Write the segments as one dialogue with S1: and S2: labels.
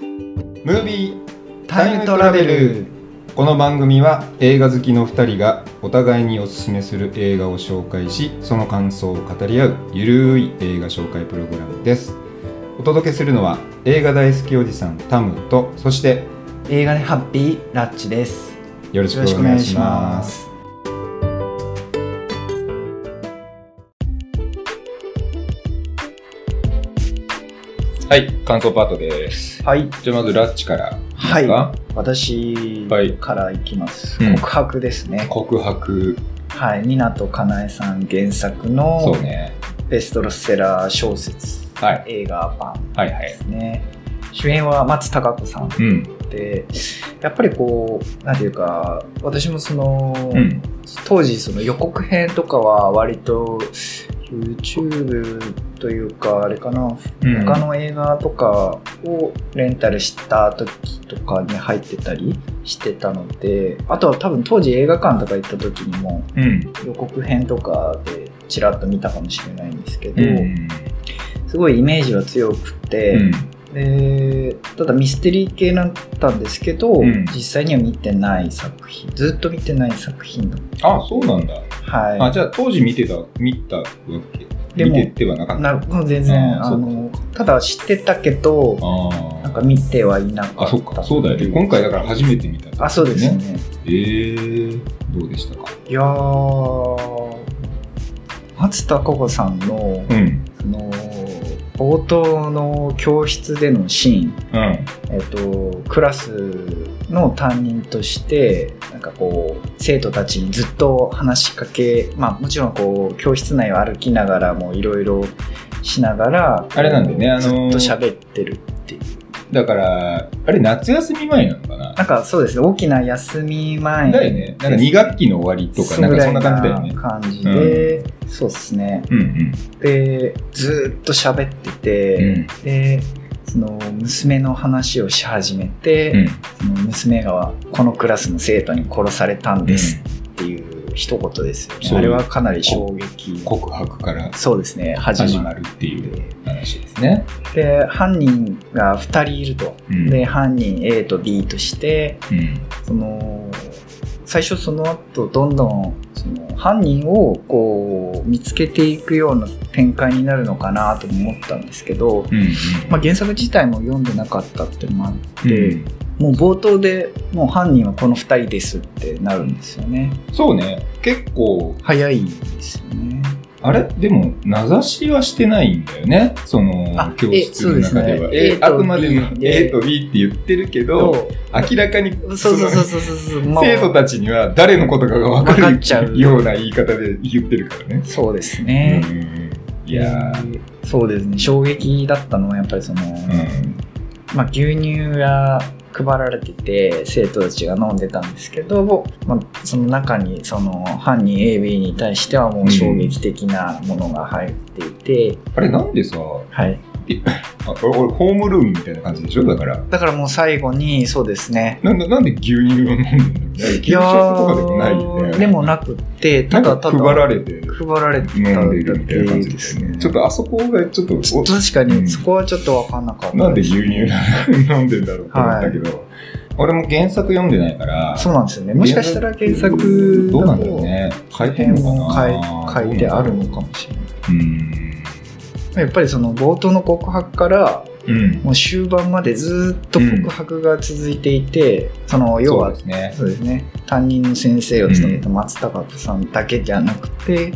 S1: ムービータイムトラベルこの番組は映画好きの2人がお互いにおすすめする映画を紹介しその感想を語り合うゆるい映画紹介プログラムですお届けするのは映画大好きおじさんタムとそして
S2: 映画でハッピーラッチです
S1: よろしくお願いしますはい感想パートです
S2: はい
S1: じゃあまずラッチから
S2: はい
S1: ですか
S2: 私
S1: はい
S2: からいきます、
S1: うん
S2: 告白ですね
S1: 告白
S2: はい湊かなえさん原作の
S1: そうね
S2: ベストロセラー小説、
S1: はい
S2: 映画版
S1: はいは
S2: で
S1: い
S2: すね主演は松たか子さん
S1: うん
S2: でやっぱりこうなんていうか私もその、
S1: うん
S2: 当時その予告編とかは割と YouTube というかあれかな
S1: うん
S2: 他の映画とかをレンタルした時とかに入ってたりしてたのであとは多分当時映画館とか行った時にも
S1: うん
S2: 予告編とかでちらっと見たかもしれないんですけど、
S1: うん
S2: すごいイメージは強くて、
S1: うん
S2: でただミステリー系だったんですけど、
S1: うん
S2: 実際には見てない作品ずっと見てない作品だ
S1: あそうなんだ
S2: はい
S1: あじゃあ当時見てた見たわけ見
S2: でも
S1: ててはなかった
S2: なもう全然、
S1: あー
S2: あのただ知ってたけど
S1: あー
S2: なんか見てはいなか
S1: あ
S2: った
S1: そっかそうだよね今回だから初めて見た
S2: あそうですね
S1: えー、どうでしたか
S2: いやー松たか子さんの,、
S1: うん
S2: その冒頭の教室でのシーン
S1: うん
S2: えっと、クラスの担任としてなんかこう生徒たちにずっと話しかけ、まあ、もちろんこう教室内を歩きながらもいろいろしながら
S1: あれなんだよねあの
S2: ずっと
S1: ー
S2: 喋ってるっていう
S1: だからあれ夏休み前なのかな
S2: なんかそうですね大きな休み前
S1: だよねなんか2学期の終わりとかなんかそんな感じだよね
S2: ぐらいな感じで、そうですね
S1: うん
S2: でずっと喋ってて、
S1: うんうん
S2: でその娘の話をし始めて、
S1: うん
S2: その娘がこのクラスの生徒に殺されたんですっていう一言ですよね、
S1: そう
S2: あれはかなり衝撃
S1: 告白から
S2: そうですね始
S1: 始
S2: ま
S1: ま
S2: っ
S1: るって
S2: て
S1: いう話ですね、
S2: で犯人が2人いると、
S1: うん
S2: で犯人 A と B として
S1: うん
S2: その最初その後どんどんその犯人をこう見つけていくような展開になるのかなとも思ったんですけど、
S1: うんうん
S2: まあ、原作自体も読んでなかったっていうのもあって、
S1: うん
S2: もう冒頭でもう犯人はこの2人ですってなるんですよね
S1: そうね結構
S2: 早いですよね
S1: あれでも名指しはしてないんだよねその
S2: あ
S1: 教室の中では
S2: え
S1: え
S2: そうですね A と
S1: あくまでも
S2: B で
S1: A と B って言ってるけど
S2: そ
S1: 明らかに
S2: うそうそうそう
S1: そ
S2: そうそう
S1: の 生徒たちには誰のことかが分か
S2: わか
S1: る
S2: っちゃう
S1: ような言い方で言ってるからね、
S2: そうです
S1: うん
S2: ね、
S1: いやー
S2: そうですね衝撃だったのはやっぱりその、
S1: うん
S2: まあ、牛乳が配られてて生徒たちが飲んでたんですけど、まあ、その中にその犯人 AB に対してはもう衝撃的なものが入っていて、
S1: あれなんでさ
S2: はい、
S1: あ俺俺ホームルームみたいな感じでしょだから
S2: だからもう最後にそうですね
S1: なんだなんで牛乳を飲んでんの給
S2: い
S1: 食
S2: や
S1: と
S2: ー
S1: かでもないよね
S2: でもなくって、
S1: な
S2: た
S1: ん
S2: だ
S1: か
S2: た
S1: 配
S2: だ
S1: られて
S2: 配られて
S1: 飲
S2: た
S1: んで
S2: だ
S1: るみたいな
S2: け
S1: 感じ
S2: で
S1: です
S2: す
S1: よね
S2: ね。
S1: ちょっとあそこがちょっと
S2: ちょっと確か
S1: うん
S2: に、そこはちょっとわかんなかった。
S1: なんで牛乳飲んでんだろうって思ったけど、俺も原作読んでないから、
S2: そうなんですよね。もしかしたら原作
S1: どうなんだろうね。書いてん
S2: 変
S1: の
S2: も
S1: か
S2: 変え
S1: な
S2: 書いてあるのかもしれな
S1: うん。
S2: い。やっぱりその冒頭の告白から、
S1: うん。
S2: もう終盤までずーっと告白が続いていて、その、要
S1: そう
S2: は
S1: で、すね。
S2: そうですね、担任の先生を務めた松たか子さんだけじゃなく
S1: う
S2: て、
S1: ん。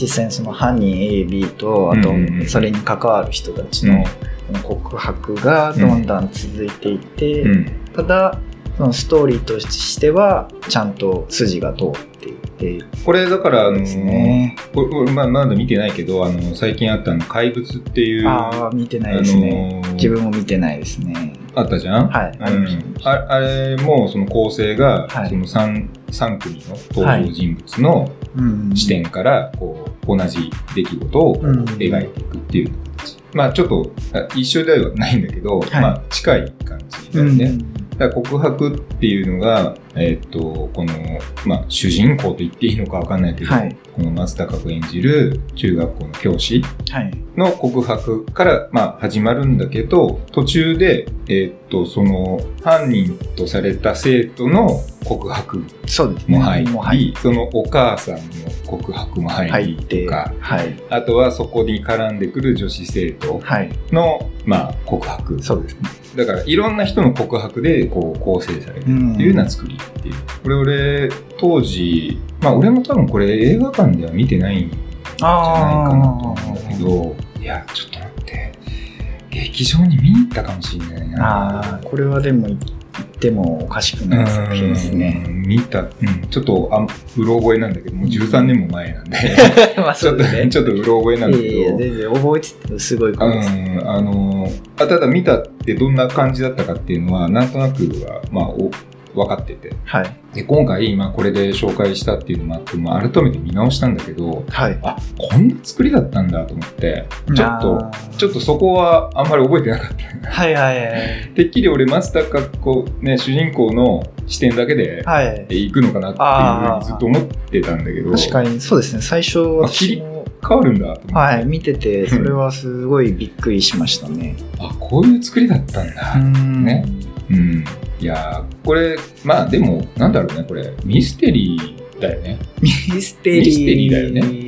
S2: 実際にその犯人 AB とあ
S1: う
S2: と
S1: んうんうん
S2: それに関わる人たち
S1: う
S2: の
S1: ん
S2: この告白がどんどん続いていって、
S1: うん。
S2: ただそのストーリーとしてはちゃんと筋が通っていて
S1: これだから、あの
S2: ですね、
S1: これ俺まあまだ見てないけど、あの、最近あったあの、怪物っていう、
S2: ああ見てないですね、
S1: あのー
S2: 自分も見てないですね
S1: あったじゃん
S2: はいありました
S1: うんああれも、その構成が、
S2: はい
S1: その 3, 三組の登場人物の
S2: うん
S1: 視点から、こう、同じ出来事を
S2: うん
S1: 描いていくっていう形、まあちょっとあ一緒ではないんだけど、
S2: はい
S1: まあ近い感じだ
S2: う
S1: よ
S2: ん
S1: ね、だだから告白っていうのが、えっと、この、まあ、主人公と言っていいのかわかんないけど、
S2: はい
S1: この松たか子演じる中学校の教師
S2: はい
S1: の告白から、まあ、始まるんだけど、途中で、えっと、その、犯人とされた生徒の告白
S2: そうですね
S1: も入り、
S2: もう入
S1: そのお母さんの告白も入
S2: 入っ
S1: り
S2: て
S1: とか、
S2: はい
S1: あとはそこに絡んでくる女子生徒
S2: はい
S1: の、まあ、告白。
S2: そうですね
S1: だから、いろんな人の告白で、こう、構成される。
S2: ん
S1: っていうような作りっていう。これ俺、当時、まあ俺も多分これ映画館では見てないんじゃないかなと思うんだけど、いや、ちょっと待って、劇場に見に行ったかもしれないな。
S2: あーこれはでも言ってもおかしくない作品ですね。
S1: うん見た、うん、ちょっとあ、うろ覚えなんだけど、もう13年も前なんで、
S2: まあ
S1: ち
S2: そ
S1: ょ
S2: う
S1: っと、
S2: です ね。
S1: ちょっとうろ覚えなんだけ
S2: いやいや
S1: ど、
S2: 全然覚えててすごいこ
S1: う
S2: とです。
S1: ん、あのあ、ただ見たってどんな感じだったかっていうのは、なんとなくは、まあ、お分かってて。
S2: はい
S1: で今回、まあ、これで紹介したっていうのもあって、まあ、改めて見直したんだけど
S2: はい。
S1: あこんな作りだったんだと思ってちょっと
S2: あー
S1: ちょっとそこはあんまり覚えてなかった
S2: はいはいはい
S1: てっきり俺松たか子、ね、主人公の視点だけで
S2: はい。
S1: 行くのかなっていうふうにずっと思ってたんだけど
S2: 確かにそうですね。最初
S1: あ切り
S2: 私も
S1: 変わるんだと思って、
S2: はい見ててそれはすごいびっくりしましたね。
S1: あこういう作りだったんだ
S2: ん
S1: ねうんいやーこれまあでもなんだろうねこれミステリーだよね
S2: ミステリー
S1: ミステリー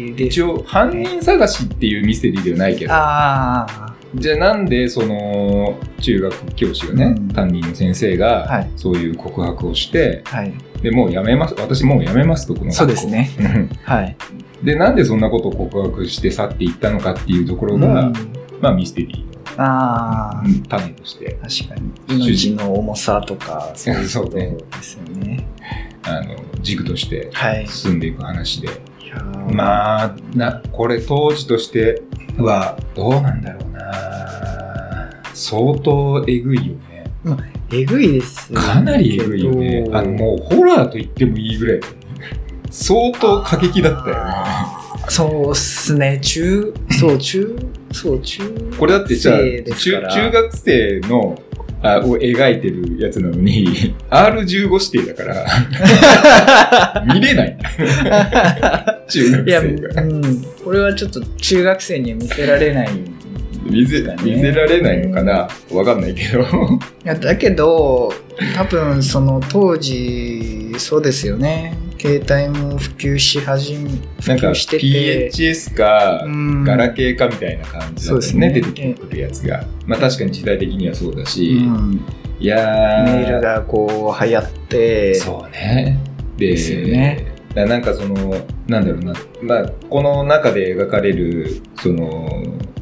S1: だよ
S2: で
S1: 一応犯人探しっていうミステリーではないけど
S2: ああ
S1: じゃあなんでその中学教師がね、
S2: うん
S1: 担任の先生
S2: は
S1: が
S2: い
S1: そういう告白をして、
S2: はい
S1: でもうやめます私もうやめますとこの学校
S2: そうですね
S1: うん
S2: はい。
S1: でなんでそんなことを告白して去っていったのかっていうところが、
S2: うん
S1: まあミステリ
S2: ああ
S1: ーの種として
S2: 確かに命の重さとかそういう
S1: そ
S2: こ
S1: う
S2: と
S1: ね
S2: ですよね。
S1: あの軸として
S2: はい。
S1: 進んでいく話で、
S2: あ
S1: まあなこれ当時としてはどうなんだろうな相当えぐいよね
S2: えぐいですよね
S1: かなりえぐいよね
S2: け。ど
S1: あの、もうホラーと言ってもいいぐらいだよね。相当過激だったよね。
S2: そうっすね中そう中そう中
S1: これだってじゃあ、
S2: 生
S1: 中
S2: ですから
S1: 中学生の、あを描いてるやつなのに、R15 指定だから、 見れない。中学
S2: いや、う
S1: 生が。
S2: ん、これはちょっと中学生には見せられない。い
S1: 見せ見せられないのかなわかんないけど。
S2: やだけど多分その当時そうですよね携帯も普及し始め普
S1: なんか、
S2: 及してて
S1: PHS か、
S2: うん
S1: ガラケーかみたいな感じだ
S2: そう
S1: っ
S2: で
S1: た
S2: す
S1: よね、
S2: ね
S1: 出てくるやつが。まあ確かに時代的にはそうだ
S2: う
S1: し、
S2: ん、メ
S1: いや
S2: ールがこう流行って
S1: そうね。で、
S2: ですよね
S1: だなんかその、なんだろうな、まあ、この中で描かれる、その、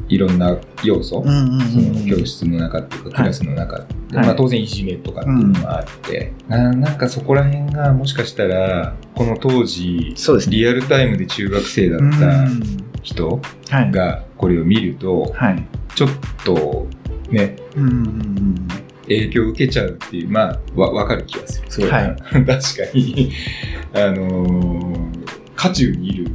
S1: いろんな要素、
S2: うんうん
S1: そ
S2: うん
S1: の教室の中っていうか、クラスの中、でまあ、当然いじめとかっていうのもあって、ななんかそこら辺がもしかしたら、この当時、
S2: そうですね
S1: リアルタイムで中学生だ
S2: うん
S1: った人
S2: はい
S1: がこれを見ると、
S2: はい
S1: ちょっとね、
S2: うんうんうん
S1: 影響を受けちゃうっていう、まあ、わ、わかる気がする。そうだな
S2: は
S1: 確
S2: い
S1: かに、あのー、渦中にいる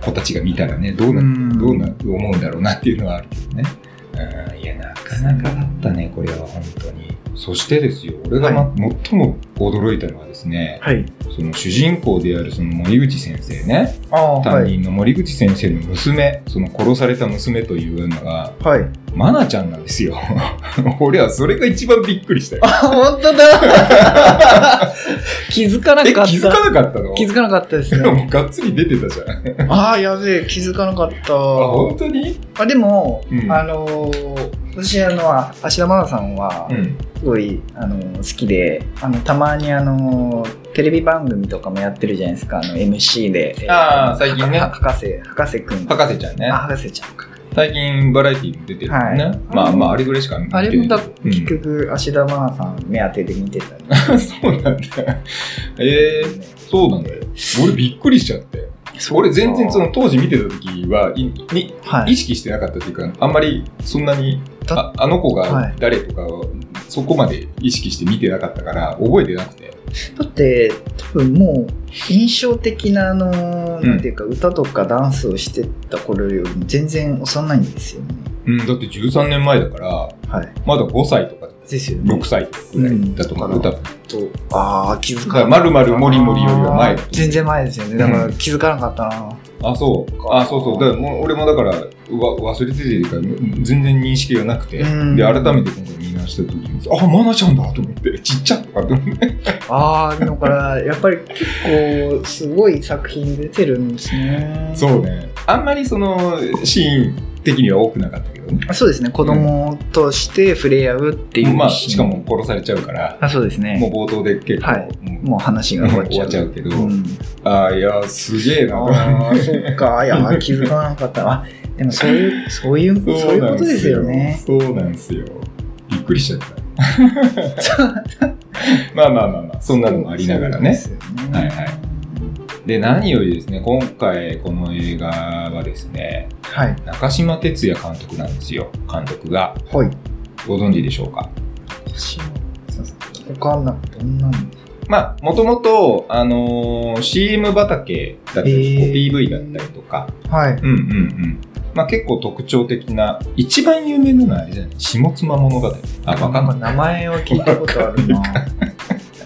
S1: 子たちが見たらね、どうな、
S2: うん
S1: どうな、思うんだろうなっていうのはあるけどね。うん、いや、なかなかあったね、これは本当に。そしてですよ、俺が、ま最も驚いたのはですね、
S2: はい
S1: その主人公であるその森口先生ね、
S2: ああ
S1: 担
S2: はい
S1: 任の森口先生の娘、その殺された娘というのが、
S2: はい
S1: マナちゃんなんですよ。 俺はそれが一番びっくりしたよ。
S2: あ本当だ 気づかな
S1: え、
S2: かった
S1: 気づかなかったの
S2: 気づかなかったです
S1: も
S2: ね
S1: うがっつり出てたじゃん。あ、
S2: ああやべえ気づかなかった
S1: 本当に
S2: あでも、
S1: うん
S2: あのー私あのあ芦田愛菜さんは
S1: うん。
S2: すごい、あのー好きであのたまにあのーテレビ番組とかもやってるじゃないですかあの MC でえー
S1: ああ最近ね
S2: は博士博士くん
S1: 博士ちゃんね
S2: あ。博士ちゃんか
S1: 最近バラエティーに出てるもんね。
S2: はい
S1: まあまあ、あれぐらいしか見て
S2: あ
S1: ない
S2: れもだ、
S1: うん
S2: 結局芦田愛菜さん目当てで見てたり、ね
S1: そうなん だ。えー、そうなんだよ。俺びっくりしちゃって。俺全然その当時見てた時はいに
S2: は
S1: 意
S2: い、
S1: 識してなかったというか、あんまりそんなに
S2: だ
S1: ああの子
S2: は
S1: が
S2: い
S1: 誰とかはそこまで意識して見てなかったから覚えてなくて。
S2: だって多分もう印象的なあのー、
S1: うん
S2: なんていうか歌とかダンスをしてた頃よりも全然幼いんですよね
S1: うん、だって13年前だから、
S2: はい。
S1: まだ5歳とか
S2: ですよね
S1: 6。歳ぐらいだと思う、
S2: うん
S1: 歌だ
S2: とああ、気づ
S1: か
S2: からな
S1: まるまるもりもりよりは前
S2: 全然前ですよね。だから気づかなかったな。
S1: あそうあそうそうだからもう俺もだからうわ忘れててるから全然認識がなくて、
S2: うん
S1: で改めて今回見直した時にあマナちゃんだと思ってちっちゃとかって思って
S2: ああ、だから、やっぱり結構、すごい作品出てるんですね。
S1: そうねあんまりそのシーン的には多くなかったけどね
S2: そうですね、子供として触れ合うっていう、
S1: まあしかも、殺されちゃうから
S2: あそうです
S1: もう
S2: ね、
S1: 冒頭で結構、
S2: はい
S1: も
S2: もう話
S1: う
S2: が
S1: 終
S2: 終わ
S1: わっ
S2: っち
S1: ち
S2: ゃ
S1: ゃ
S2: う。
S1: うけど、
S2: うん
S1: ああいやすげえな
S2: ああ、そっか、いやー、気づかなかっ た。あでもそういう、そういう、そういう
S1: な
S2: こ
S1: ん
S2: とですよね。
S1: そうなんですよびっくりしちゃったまあまあまあまあ そんなのもありながらね
S2: そうですよね
S1: はいはいで何よりですね今回この映画はですね
S2: はい。
S1: 中島哲也監督なんですよ監督が
S2: はい。
S1: ご存知でしょうか
S2: 私もわかんなくて、どんなの
S1: まあもともとあのー CM 畑だったり、
S2: へー
S1: PV だったりとか
S2: はい。
S1: うんうんうんまあ結構特徴的な一番有名なのはあれじゃない下妻物語あわかんない
S2: 名前は聞いたことある な。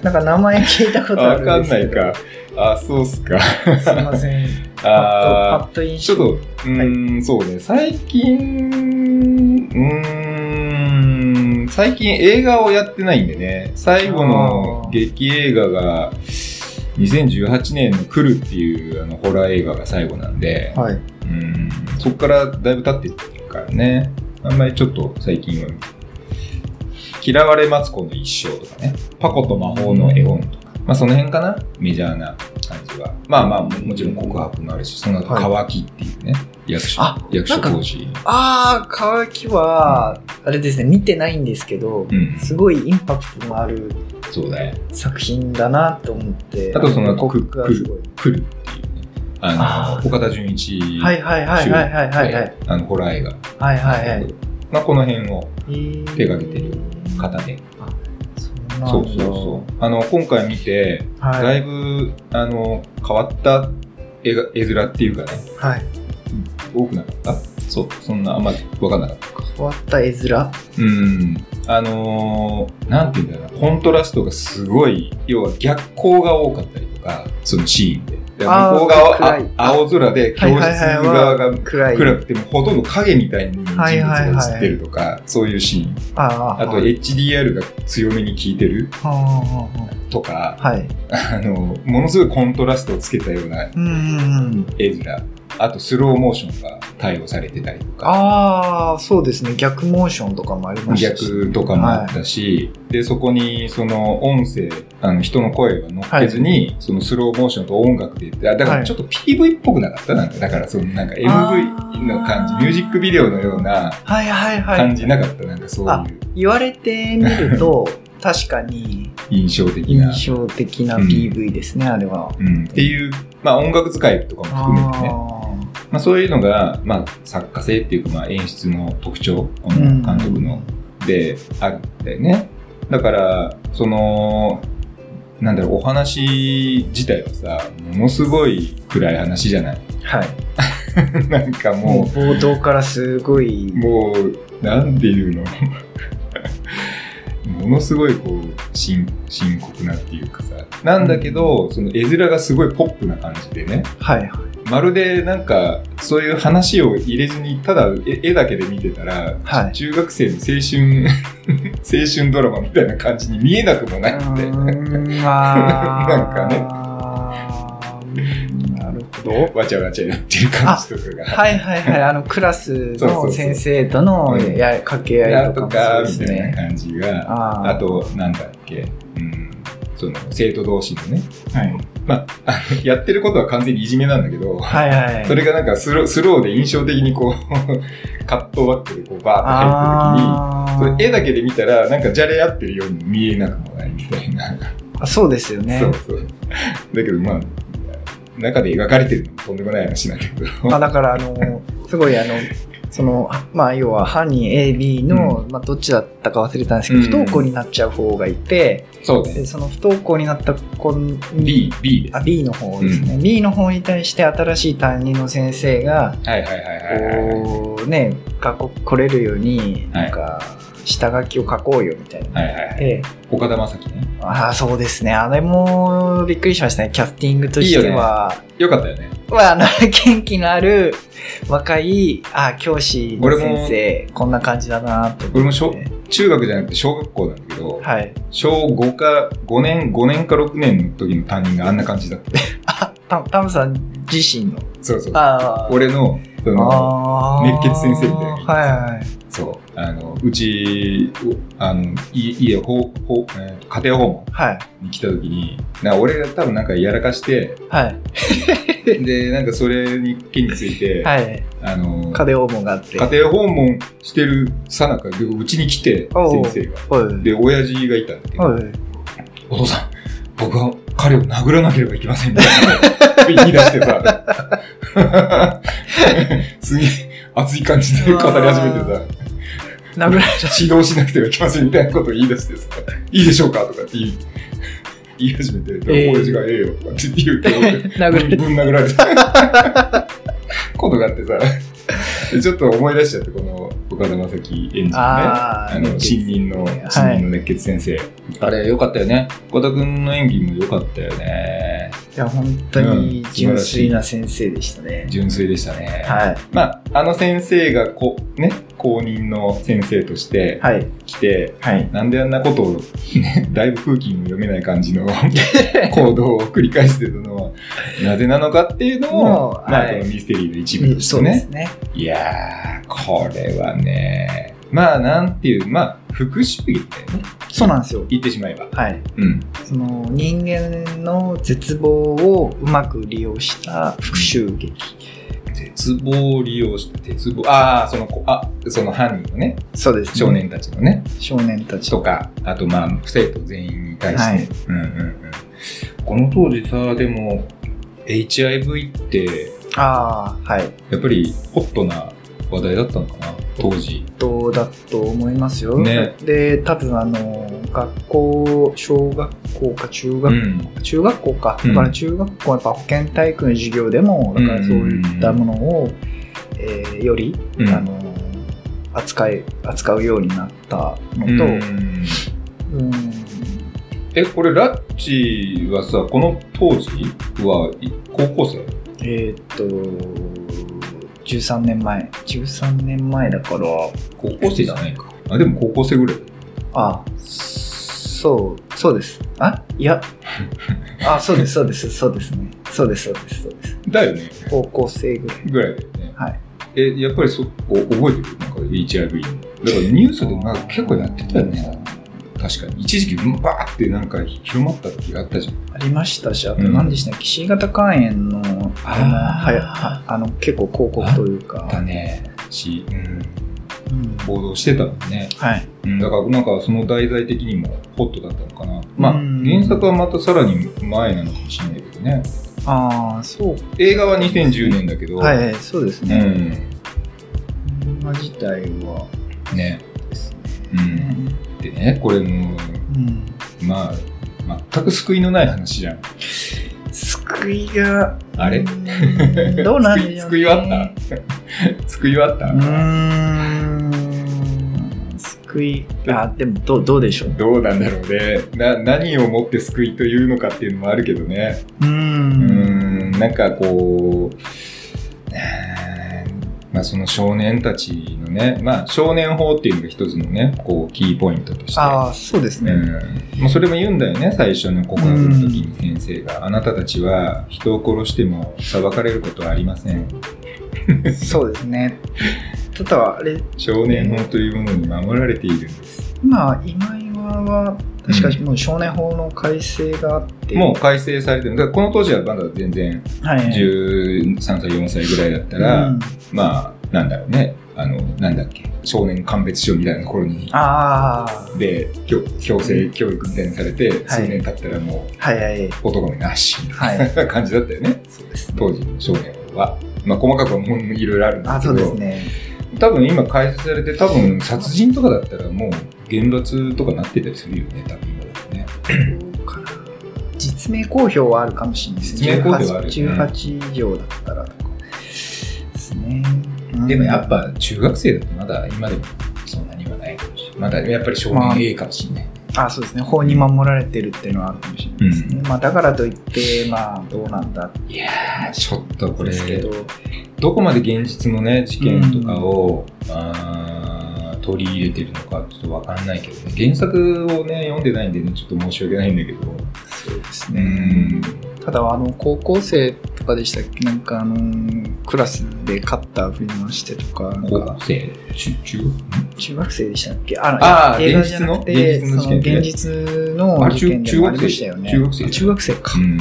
S2: なんか名前聞いたことあ
S1: わ
S2: るん
S1: か
S2: で
S1: ん
S2: す
S1: な
S2: け
S1: い
S2: ど。
S1: か。あ、そうっすか。
S2: すいません。パッと、
S1: あ
S2: パッと印
S1: ーちょ
S2: 象。
S1: っと、うーん、そうね、最近、うーん、最近映画をやってないんでね、最後の劇映画が、2018年の来るっていうあのホラー映画が最後なんで、
S2: はい。
S1: うん、そこからだいぶ経ってってるからね、あんまりちょっと最近は、嫌われマツコの一生とかね、パコと魔法の絵本とか、まあその辺かな、メジャーな感じは。まあまあ、ももちろん告白もあるし、その後、
S2: はい
S1: 乾きっていうね、役所
S2: あ、
S1: 役所
S2: なんか
S1: 工事。
S2: ああ、乾きは、あれですね、見てないんですけど
S1: う、ん、
S2: すごいインパクトのある
S1: そうだよ。
S2: 作品だなと思って。
S1: あとその後、
S2: 告
S1: く
S2: 白がす
S1: 来
S2: ごい
S1: る、。来るっていうね、あ
S2: あー
S1: の、岡田准一
S2: はいはいはいはいはいはいはい。
S1: あの、ホラー映画。
S2: はいはいはい。
S1: まあこの辺を手が
S2: 手
S1: けてる方で、
S2: そ
S1: そ
S2: う
S1: うそうそう。あの、今回見て、
S2: う。はい。
S1: だいぶあの変わった絵が絵面っていうかね
S2: はい。
S1: 多くなかったそうそんなあんまり分かんなかった
S2: 変わった絵面。
S1: うんあのーなんていうんだろうなコントラストがすごい要は逆光が多かったりとかそのシーンでで
S2: あー
S1: 向こう側
S2: 暗
S1: はいあ青空で教
S2: はい
S1: 室
S2: はいはい
S1: 側が
S2: 暗い。
S1: 暗くてもほとんど影みたいに人物
S2: はいはい
S1: が
S2: はい
S1: 映ってるとか、そういうシーン
S2: ああ
S1: あと HDR が強めに効いてる
S2: はあは
S1: とか
S2: あはい。
S1: あのものすごいコントラストをつけたような
S2: うんうんうん。
S1: 絵面あとスローモーションが対応されてたりとか
S2: ああ、そうですね。逆モーションとかもありましたし。
S1: 逆とかもあったし、でそこにその音声あの人の声が乗っけずに、そのスローモーションと音楽でだだか
S2: は
S1: ら
S2: い
S1: ちょっと PV っぽくなかったなんかだからそのなんか MV の感じ
S2: あー
S1: ミュージックビデオのような
S2: はいはいはい。
S1: 感じなかった、なんかそう
S2: あ
S1: いう
S2: 言われてみ ると、確かに
S1: 印象的な、
S2: 印象的な
S1: うん
S2: PV ですね、あれは。
S1: うん、っていう、まあ、音楽使いとかも含めてねまあ、そういうのが、まあ、作家性っていうか、まあ、演出の特徴こ
S2: う
S1: の
S2: ん
S1: 監督のであるんだよね。だから、その、なんだろう、お話自体はさ、ものすごい暗い話じゃない。
S2: あーはい。
S1: なんか
S2: もう
S1: も、。
S2: 冒頭からすごいう
S1: もう、なんていうの ものすごいこう深深刻なっていうかさなんだけどその絵面がすごいポップな感じでね
S2: はいはい。
S1: まるでなんかそういう話を入れずにただ絵絵だけで見てたら
S2: はい。
S1: 中学生の青春 青春ドラマみたいな感じに見えなくもないって
S2: うーんま あ
S1: なんかね
S2: ね。なるほど。
S1: わちゃわちゃやってる感じとかが。
S2: はいはいはい。あの、クラス
S1: そうそうそ
S2: の
S1: う
S2: 先生との
S1: うん
S2: や掛け合
S1: ないん
S2: と
S1: と
S2: か
S1: か
S2: もそう
S1: み
S2: です
S1: たいな
S2: ね。
S1: 感じが
S2: あー
S1: あとなんだっけうんその生徒同士のね
S2: はい
S1: まああのやってることは完全にいじめなんだけど
S2: はいはい。
S1: それがなんかスロースローで印象的にこう カットバックでこうバーッと入った時に。
S2: あ
S1: それ
S2: ー
S1: 絵だけで見たらなんかじゃれ合ってるように見えなくもないみたいな、
S2: あそうですよね
S1: そう。そうだけどまあ中で描かれてるのもとんでもない話なんだけど
S2: まあ、だから、あの、すごい、あの、その、まあ、要は、犯人 A、B の、まあ、どっちだったか忘れたんですけど、
S1: うん
S2: 不登校になっちゃう方がいて、
S1: そう
S2: でその不登校になった子に、
S1: B, B で
S2: あ B の方ですね、B の方に対して新しい担任の先生が
S1: すはいはいはいはいはい
S2: こうね学校来れるように
S1: はい
S2: なんか下書きを書こうよみたいな。
S1: はいはいはい。
S2: で
S1: 岡田将生ね。
S2: ああ、そうですね。あれもびっくりしましたね。キャスティングとしては。
S1: よかったよね。
S2: まあ、あの元気のある若い、あ教師の先生、こんな感じだなと
S1: 俺
S2: 思
S1: も
S2: っ
S1: しょ
S2: て。
S1: 中学じゃなくて小学校なんだけど、
S2: はい。
S1: 小5か、5年、5年か6年の時の担任があんな感じだった。
S2: あ、タムタムさん自身の。
S1: そうそう。
S2: あー
S1: 俺の、その、
S2: あー
S1: 熱血先生みたいな
S2: はいはい。
S1: そう、あの、うち、あの、い家、ほほえー家庭訪問
S2: はい。
S1: に来た時に、なんか俺が多分なんかやらか して、
S2: はい。
S1: で、なんかそれに件について、
S2: はい。
S1: あの、
S2: 家庭訪問があって。
S1: 家庭訪問してるさなかで、うちに来て、
S2: おう
S1: 先生が。
S2: おい。
S1: で、親父がいたんだけど、
S2: おい。
S1: お父さん、僕は彼を殴らなければいけませんみたいな言い出してさ、 すげえ熱い感じで語り始めてさ、
S2: 殴られ
S1: 指導しなくてはいけませんみたいなことを言い出してさ、いいでしょうかとかって言い言い始めて、
S2: ー
S1: 親父がええよとかって言うと、俺
S2: 殴られ
S1: ぶん殴られた ことがあってさ、ちょっと思い出しちゃって、この岡田将生演じるね。
S2: あ
S1: あの新任の
S2: はい
S1: 新任の熱血先生、あれ良かったよね小田君の演技も良かったよね
S2: いや、本当に純粋な先生でしたね。
S1: 純粋でしたね、
S2: はい。
S1: まああの先生がこね公認の先生として
S2: はい。
S1: 来て、
S2: はい。
S1: なんであんなことを、ね、だいぶ空気も読めない感じ の行動を繰り返してたのはなぜなのかっていうのも
S2: もう
S1: まあ
S2: は
S1: こ
S2: い
S1: のミステリーの一部とし
S2: そ
S1: て
S2: うで
S1: ね
S2: すね。
S1: いやーこれはねまあなんていうまあ復讐劇だよね
S2: そうなんですよ。
S1: 言ってしまえば
S2: はい。
S1: うん
S2: その人間の絶望をうまく利用した復讐劇。
S1: 鉄棒を利用して鉄棒ああその子あその犯人のね
S2: そうですね。
S1: 少。年たちのね、
S2: 少年たち
S1: と
S2: と。
S1: かあとまあ生徒全員に対して、
S2: はい
S1: うんうんうんこの当時さでも HIV って
S2: ああ、はい。
S1: やっぱりホットな話題だったのかな当時
S2: どうだと思いますよ。
S1: ね
S2: で、多分あの、学校、小学校か中
S1: う
S2: 学
S1: ん
S2: 中学校か、
S1: うん
S2: だから中学校はやっぱ保健体育の授業でもだからそういったものを、えーより、
S1: うん
S2: あの扱い扱うようになったのと、
S1: うん
S2: うん
S1: えこれラッチはさこの当時はい高校生
S2: えーっと13年前13年前だから
S1: 高校生じゃないかあでも高校生ぐらい
S2: あそうそうですあ いやあそうですそうですそうですねそうですそうですそうです
S1: だよね
S2: 高校生ぐらい
S1: ぐらいだよね。
S2: はい。
S1: え、やっぱりそこ覚えてるなんか HIV の。だからニュースでなんか結構やってたよね。確かに。一時期バーってなんか広まった時があったじゃん。
S2: ありましたし、あと
S1: うん
S2: 何でしたっけ、新型肝炎の、あれも、
S1: あー
S2: はや、はあの、結構広告というか、
S1: ね。し、うん。
S2: うん
S1: 報道してたもんね。
S2: はい。
S1: うん。だからなんかその題材的にもホットだったのかな。まあ、
S2: うん
S1: 原作はまたさらに前なのかもしれないけどね。
S2: ああ、そうか。
S1: 映画は2010年だけど。
S2: はい、はい、そうです
S1: う
S2: ね。
S1: ん。
S2: 今自体は
S1: ね。
S2: です
S1: うん。
S2: ね。
S1: でね、これもう、
S2: うん。
S1: まあ、全く救いのない話じゃん。
S2: 救いが、
S1: あれ
S2: うーんどうなんでしょう、ね、
S1: 救い救い はあった 救いはあった、
S2: うーん、救い、あ、でも、どう、どうでしょう。
S1: どうなんだろうねな何をもって救いというのかっていうのもあるけどね
S2: うー。
S1: うんんなんかこうえーまあその少年たちのねまあ少年法っていうのが一つのねこうキーポイントとして
S2: ああ、そうですね。
S1: うん、もうそれも言うんだよね最初の告白の時に先生が、あなたたちは人を殺しても裁かれることはありません
S2: そうですね。ただ、あれ、
S1: 少年法というものに守られているんです
S2: 今、今今は、確かにもう少年法の改正があって、
S1: もう改正されてるだからこの当時はまだ全然
S2: はいはい、
S1: 13歳4歳ぐらいだったら、
S2: うん
S1: まあなんだろうねあのなんだっけ少年鑑別所みたいなところに
S2: ああ、
S1: で強強制教育みたいにされて、
S2: はい
S1: 数年経ったらも
S2: はいはいう
S1: 男になしみ
S2: は
S1: た
S2: い。
S1: いな感じだったよね
S2: そうですね。
S1: 当時の少年は。まあ細かくはもういろいろあるんだ
S2: あ、
S1: け
S2: そうです
S1: ど、
S2: ね。
S1: 多分今解説されて多分殺人とかだったらもう厳罰とかなってたりするよね多分今だとね。
S2: どうかな実名公表はあるかもしれないですね。
S1: 実名公表はある
S2: 18 18以上だったらとかですね。うん
S1: でもやっぱ中学生だとまだ今でもそんなにはないかもしれない。まだやっぱり少年 A かもしれない、
S2: あそうですね法に守られてるっていうのはあるかもしれないですね、まあ、だからといってまあどうなんだって
S1: いやーちょっとこ
S2: こと
S1: れ
S2: ですけど、
S1: どこまで現実のね事件とかを、あー取り入れてるのかちょっとわかんないけどね原作をね読んでないんでねちょっと申し訳ないんだけど
S2: そうです
S1: う
S2: ね、
S1: ん
S2: ただあの高校生とかでしたっけなんかあのークラスでカッター振り回してとかなん
S1: 高
S2: か
S1: 校生中中
S2: 中学生でしたっけあ
S1: あー
S2: 映画じゃなくて
S1: 現実の
S2: その現実の事件でもありましたよね
S1: あれ中中学生
S2: あ中学生か
S1: う、ん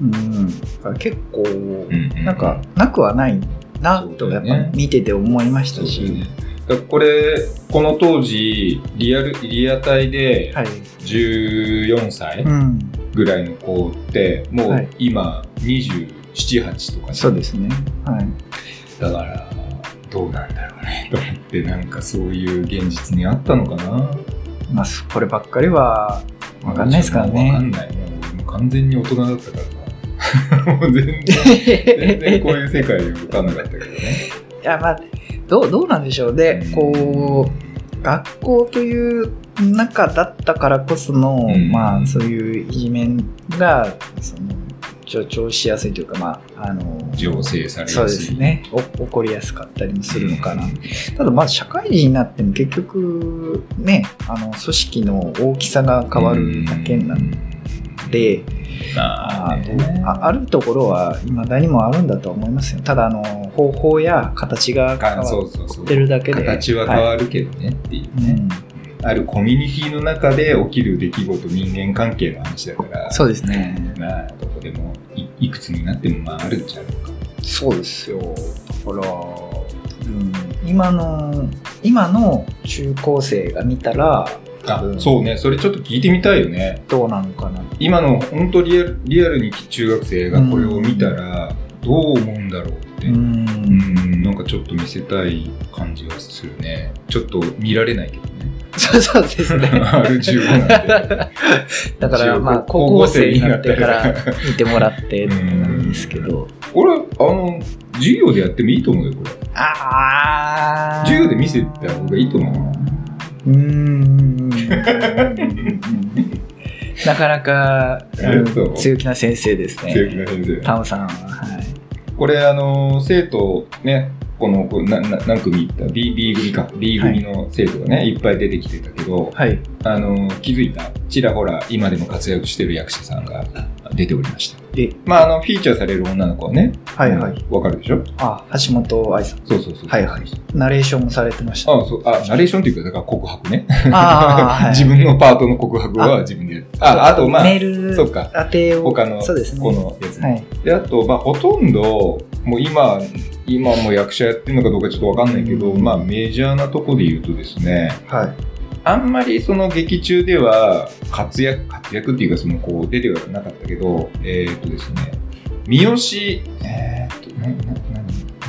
S2: うんだから結構、
S1: うんうん
S2: なんかなくはないな
S1: そうだ
S2: とや
S1: よ
S2: っ
S1: ね
S2: ぱ見てて思いまし
S1: そ
S2: た
S1: うです
S2: し、
S1: ねだからこれこの当時リアルリアタイで
S2: はい、
S1: 14歳
S2: うん、
S1: ぐらいの子っても
S2: は
S1: う
S2: い
S1: 今278とかじゃ
S2: そ
S1: ん
S2: うですねはい
S1: だからどうなんだろうね と思ってなんかそういう現実にあったのかな
S2: まあそこればっかりはわかんないですから
S1: わかん
S2: ね
S1: ないもうもう完全に大人だったからさ もう全然全然こういう世界に浮かんなかったけどね
S2: いやまあどうどうなんでしょうでこう学校という中だったからこその、
S1: うん
S2: まあそういういじめがその助長しやすいというかまああの
S1: 醸成されやすい
S2: そうですねお起こりやすかったりもするのかな、
S1: うん
S2: ただまあ社会人になっても結局ねあの組織の大きさが変わるだけなんで、
S1: まあ
S2: あ
S1: ね
S2: ああるところは未だにもあるんだと思いますよただあの方法や形が変
S1: か
S2: わ
S1: そ
S2: っ
S1: うそうそう
S2: てるだけで
S1: 形は変わるけどねっていうね、あるコミュニティの中で起きる出来事人間関係の話だか
S2: う
S1: ら
S2: んそうですね
S1: まあどこでもいいくつになってもまああるんちゃうか
S2: そうですよだから、うん、今の今の中高生が見たら多分
S1: そうねそれちょっと聞いてみたいよね
S2: どうなのかな
S1: 今の本当リアルリアルに中学生がこれを見たらどう思うんだろうって、
S2: う
S1: うん
S2: ん
S1: なんかちょっと見せたい感じがするねちょっと見られないけどね
S2: そうそうですね
S1: R15 なんて
S2: だからまあ
S1: 中
S2: 高校生になってから見てもらってとかなんですけど
S1: 俺あの授業でやってもいいと思うよこれ
S2: ああ
S1: 授業で見せた方がいいと思うよ
S2: うーんなかなか、うん
S1: そう
S2: 強気な先生ですね。
S1: 強気な先生
S2: パムさんは、はい。
S1: これあの生徒ねこのこうなな何組いった B, B 組か B 組の生徒がね、い、っぱい出てきてたけど
S2: はい。
S1: あの気づいたちらほら今でも活躍してる役者さんが出ておりました
S2: え
S1: まああのフィーチャーされる女の子はね
S2: はいはい。
S1: わかるでしょ
S2: あ、橋本愛さん。
S1: そうそうそう
S2: はいはいナレーションもされてました。
S1: あそうあナレーションというかだから告白ね、
S2: あーはい
S1: 自分のパートの告白は自分でやるああとまあ
S2: メール
S1: そっか
S2: 宛てを。
S1: 他の
S2: そうですね。
S1: このやつね
S2: はい。
S1: であと、まあ、ほとんどもう今今も役者やってるのかどうかちょっとわかんないけど、
S2: うん
S1: まあ、メジャーなとこで言うとですね
S2: はい。
S1: あんまりその劇中では活躍活躍っていうかそのこう出てはなかったけどえーっ、とですね三好えーっ、となな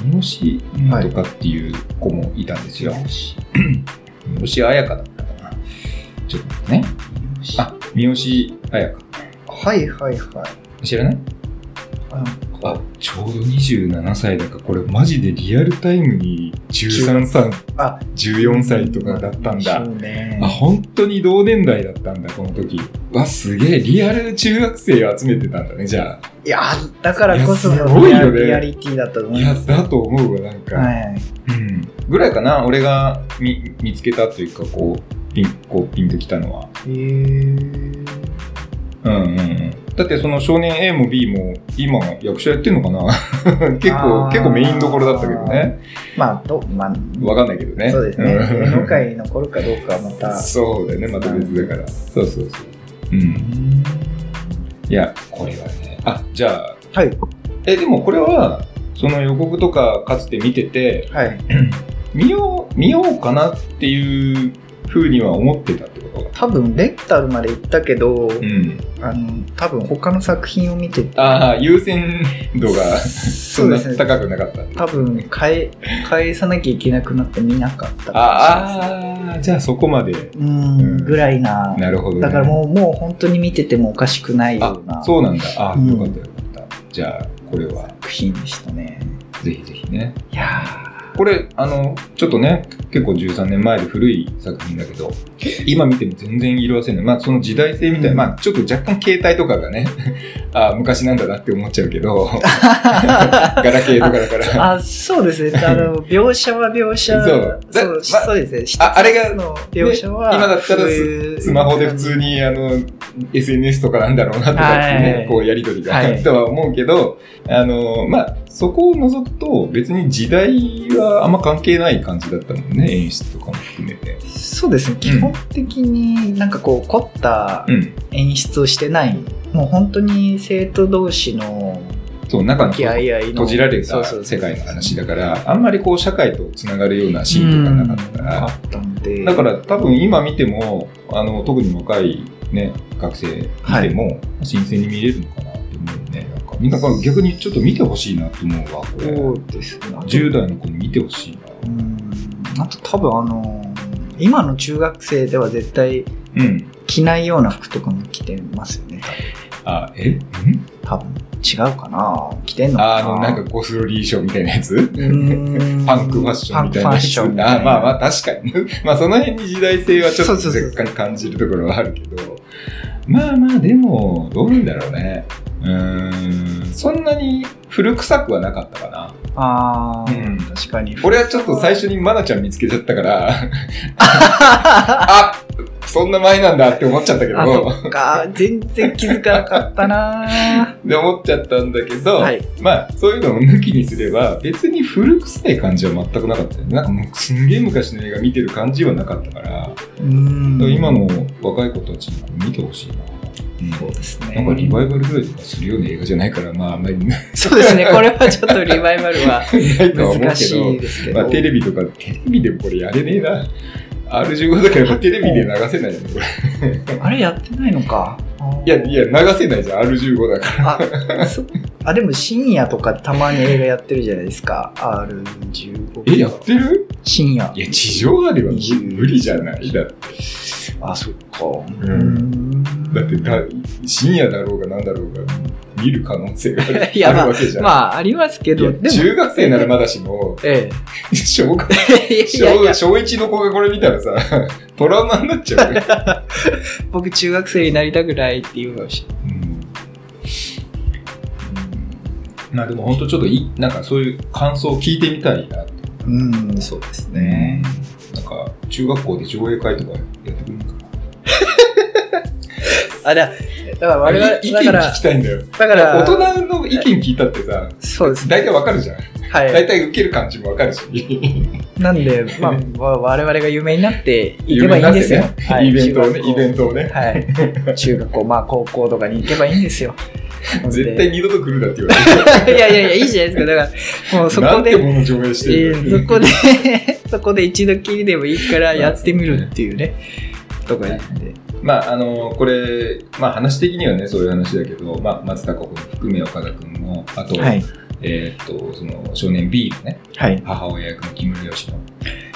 S1: 何三好とかっていう子もいたんですよ、三好彩香だったかなちょっと待ってねあ三好彩香
S2: はいはいはい。
S1: 知らない
S2: あ
S1: あちょうど27歳だからこれマジでリアルタイムに13歳
S2: あ
S1: 14歳とかだったんだ
S2: そうね
S1: あ本当に同年代だったんだこの時わすげえリアル中学生を集めてたんだねじゃ
S2: いや、だからこそ
S1: いやすごいよね
S2: リアリティだったと
S1: あ
S2: 思
S1: い
S2: いま
S1: や
S2: す。
S1: だと思うわなんか、
S2: はい。
S1: うんぐらいかな俺が見見つけたというかこうピンこうピンときたのは
S2: へー
S1: うんうんうんだってその少年 A も B も今役者やってんのかな 結構
S2: あー
S1: 結構メインどころだったけどね
S2: まあ、ど、まあ、
S1: わかんないけどね
S2: そうですね。
S1: ん
S2: 芸能界に残るかどうかはまた。
S1: そうだよね、また別だから。そうそうそう。うん。いや、これはね。あ、じゃあ、
S2: はい。
S1: え、でもこれは、その予告とかかつて見てて、
S2: はい。
S1: 見よう、見ようかなっていうふうには思ってたってこと
S2: 多分、レンタルまで行ったけど、
S1: うん。
S2: あの、多分他の作品を見てて、
S1: ああ、優先度がそ
S2: そ
S1: ん
S2: う
S1: な
S2: ですね。
S1: 高くなかった。
S2: 多分変え、返さなきゃいけなくなって見なかったあ。
S1: ああ、じゃあそこまで。
S2: うん、ぐらいな。
S1: なるほど、ね。
S2: だからもう、もう本当に見ててもおかしくないような
S1: あ、そうなんだ。あ、
S2: うん
S1: よかったよかった。じゃあ、これは、
S2: 作品でしたね。
S1: ぜひぜひね。
S2: いや
S1: これあのちょっとね結構13年前で古い作品だけど今見ても全然色褪せないまあその時代性みたいな、
S2: うん
S1: まあちょっと若干携帯とかがね あ昔なんだなって思っちゃうけど ガラケーとかだからあ
S2: あそうですね、あの描写は描写、
S1: そうだ
S2: そう
S1: ま
S2: そうですね、一つ
S1: あれが
S2: の描写は、
S1: ね今だったら
S2: そういう
S1: スマホで普通にあの SNS とかなんだろうなとかっていうね、
S2: はい
S1: こうやり取りが
S2: は
S1: あ
S2: い
S1: るとは思うけど、あのまあそこを除くと別に時代はあんま関係ない感じだったもんね演出とかも含めて。
S2: そうですね、基本的になんかこう、凝った
S1: うん、
S2: 演出をしてない、もう本当に生徒同士の
S1: そう中の
S2: 気合い合いの
S1: 閉じられ
S2: そ
S1: た
S2: うそうそう
S1: 世界の話だからあんまりこう社会とつながるようなシーンとかなかったから、
S2: うんなかったんで
S1: だから多分今見てもあの特に若い、ね、学生見ても新鮮に見れるのかなって思うよねなんかみんなから逆にちょっと見てほしいなって思うわこれ
S2: そうですねあと
S1: 10代の子に見てほしいな
S2: うんあと多分あの今の中学生では絶対
S1: うん
S2: 着ないような服とかも着てますよね
S1: あえん
S2: 多分違うかな着てんのかな
S1: ああのなんかゴスロリー賞みたいなやつ
S2: うん
S1: パンクファッションみたいな
S2: パ
S1: や
S2: ンクファッ
S1: つ
S2: ションみたい
S1: あ
S2: な
S1: まあまあ確かにね まあその辺に時代性はちょっと
S2: そうそうそう
S1: 若干感じるところはあるけどまあまあでもどうなんだろうねうーんそんなに古臭くはなかったかな
S2: あー、
S1: うん
S2: 確かに
S1: 俺はちょっと最初に愛菜ちゃん見つけちゃったから あそんな前なんだって思っちゃったけ
S2: あ
S1: ど
S2: そっか全然気づかなかったな
S1: で思っちゃったんだけど、
S2: はい
S1: まあそういうのを抜きにすれば別に古臭い感じは全くなかったよねなんかもうすんげえ昔の映画見てる感じはなかったから
S2: うん
S1: 今の若い子たちに見てほしいな、
S2: そうですね
S1: なんかリバイバルぐらいとかするような映画じゃないからまああ んまりない
S2: そうですね、これはちょっとリバイバルは
S1: ないとは思う
S2: 難
S1: け
S2: しい
S1: ど
S2: ですけ
S1: ま
S2: ど。
S1: あ、テレビとかテレビでもこれやれねえな R15 だからやっぱテレビで流せないよねこれ
S2: あれやってないのか。
S1: いやいや流せないじゃん R15 だから
S2: あそあ、でも深夜とかたまに映画やってるじゃないですか。R15。
S1: えやってる
S2: 深夜
S1: い。や地上波では無無理じゃないだって
S2: あ、そっか。
S1: ん
S2: うん
S1: だってだ深夜だろうがなんだろうが見る可能性がある
S2: いやまあ
S1: あるわけじゃん、
S2: まあ、あります
S1: い
S2: け
S1: や
S2: ど、でも、
S1: 中学生ならまだし も
S2: え
S1: 小学
S2: え。いやい
S1: 小
S2: や、
S1: 小一の子がこれ見たらさ、トラウマになっちゃうよ。
S2: 僕中学生になりたくないっていうのし。
S1: うんまあでも本当ちょっといい、なんかそういう感想を聞いてみたいなって
S2: うん、そうです
S1: ね。。なんか中学校で上映会とかやってくるのかな。
S2: あ、だだから我々、
S1: 意見
S2: だから
S1: 聞、きたいんだよ。
S2: だか
S1: 大
S2: ら、
S1: 人の意見聞いたってさ、
S2: そうですね。
S1: 大体わかるじ ゃん。
S2: はい。
S1: 大体受ける感じもわかるし。
S2: なんで、まあ、わ我々が有名になっていけばいいんですよ。はい
S1: イベントをね、イベン
S2: ト。
S1: トをね。
S2: はい。中学校、まあ、高校とかに行けばいいんですよ。
S1: 絶対二度と来るなって言わ
S2: 対。いやいやいや、いいじゃないですか。だから、もう
S1: れる。
S2: そ
S1: な
S2: こ
S1: ん
S2: で、
S1: てもの上映して
S2: え
S1: る
S2: ーそこで、そこで 一度きりでもいいからやってみるっていうね、とか言って。
S1: まああのこれ、まあ、話的にはねそういう話だけど、まあ、松たか子君含め岡田君もあと,、
S2: はい。
S1: えーっとその少年 B のね
S2: はい。
S1: 母親役の木村佳乃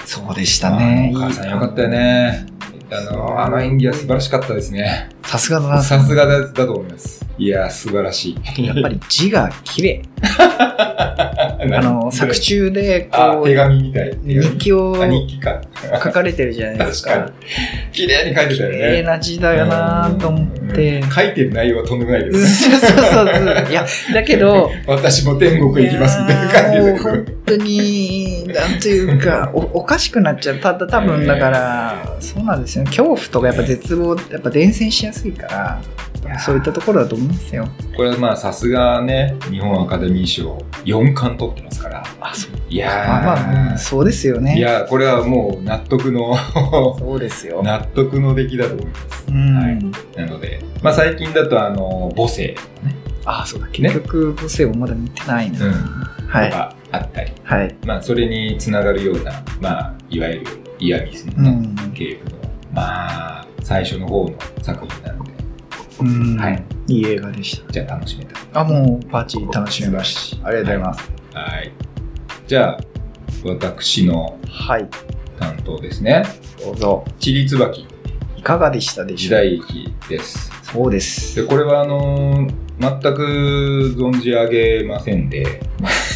S2: そうでしたね。
S1: あのお母さんよかったよ。ねあのあの演技は素晴らしかったですね
S2: さすがだな。
S1: さすがだだと思いますいやー素晴らしい
S2: やっぱり字が綺麗。 あ
S1: あ
S2: の、作中で、
S1: あ
S2: こ
S1: 手
S2: う、
S1: 紙みたい
S2: 日記を
S1: あ日記か
S2: 書かれてるじゃないです
S1: 確
S2: か
S1: か。に綺麗に書いて
S2: 綺
S1: たよね
S2: 麗な字だよなと思って
S1: うん。書いてる内容はとんでもないで
S2: そう
S1: す
S2: そうそうそう。いや、だけど、
S1: 私も天国へ行きますみたいな感じ
S2: いや
S1: で
S2: ー本当に、なんとい うか、おおかしくなっちゃう。ただ多分だから、そうなんですよね。恐怖とかやっぱ絶望、やっぱ伝染しやすいから、そういったところだと思うんですよ。
S1: これはまあさすがね日本アカデミー賞4冠取ってますから
S2: あ、そう。
S1: いやー
S2: まあまあうん、そうですよ
S1: い
S2: ね。
S1: やーこれはもう納得の
S2: そうですよ。
S1: 納得の出来だと思います
S2: うん。
S1: はいなので、まあ、最近だとあの母性
S2: あ、そうだ。
S1: ね
S2: 結局、母性をまだ見てないな。
S1: うん
S2: は
S1: と
S2: い。
S1: かあったり、
S2: はい。
S1: まあ、それにつながるような、まあ、いわゆるイヤミスの
S2: う
S1: ね、
S2: ん。
S1: 系譜のまあ最初の方の作品なので
S2: うん
S1: はい。
S2: いい映画でした。
S1: じゃあ楽しめた
S2: あ、もうバッチリ楽しみました。ありがとうございます。
S1: はいじゃあ私の
S2: はい。
S1: 担当ですね
S2: どうぞ。
S1: 「ちりつばき」
S2: いかがでしたで
S1: 時
S2: しょう
S1: 代劇です。
S2: そうです。
S1: で、これはあのー全く存じ上げませんで、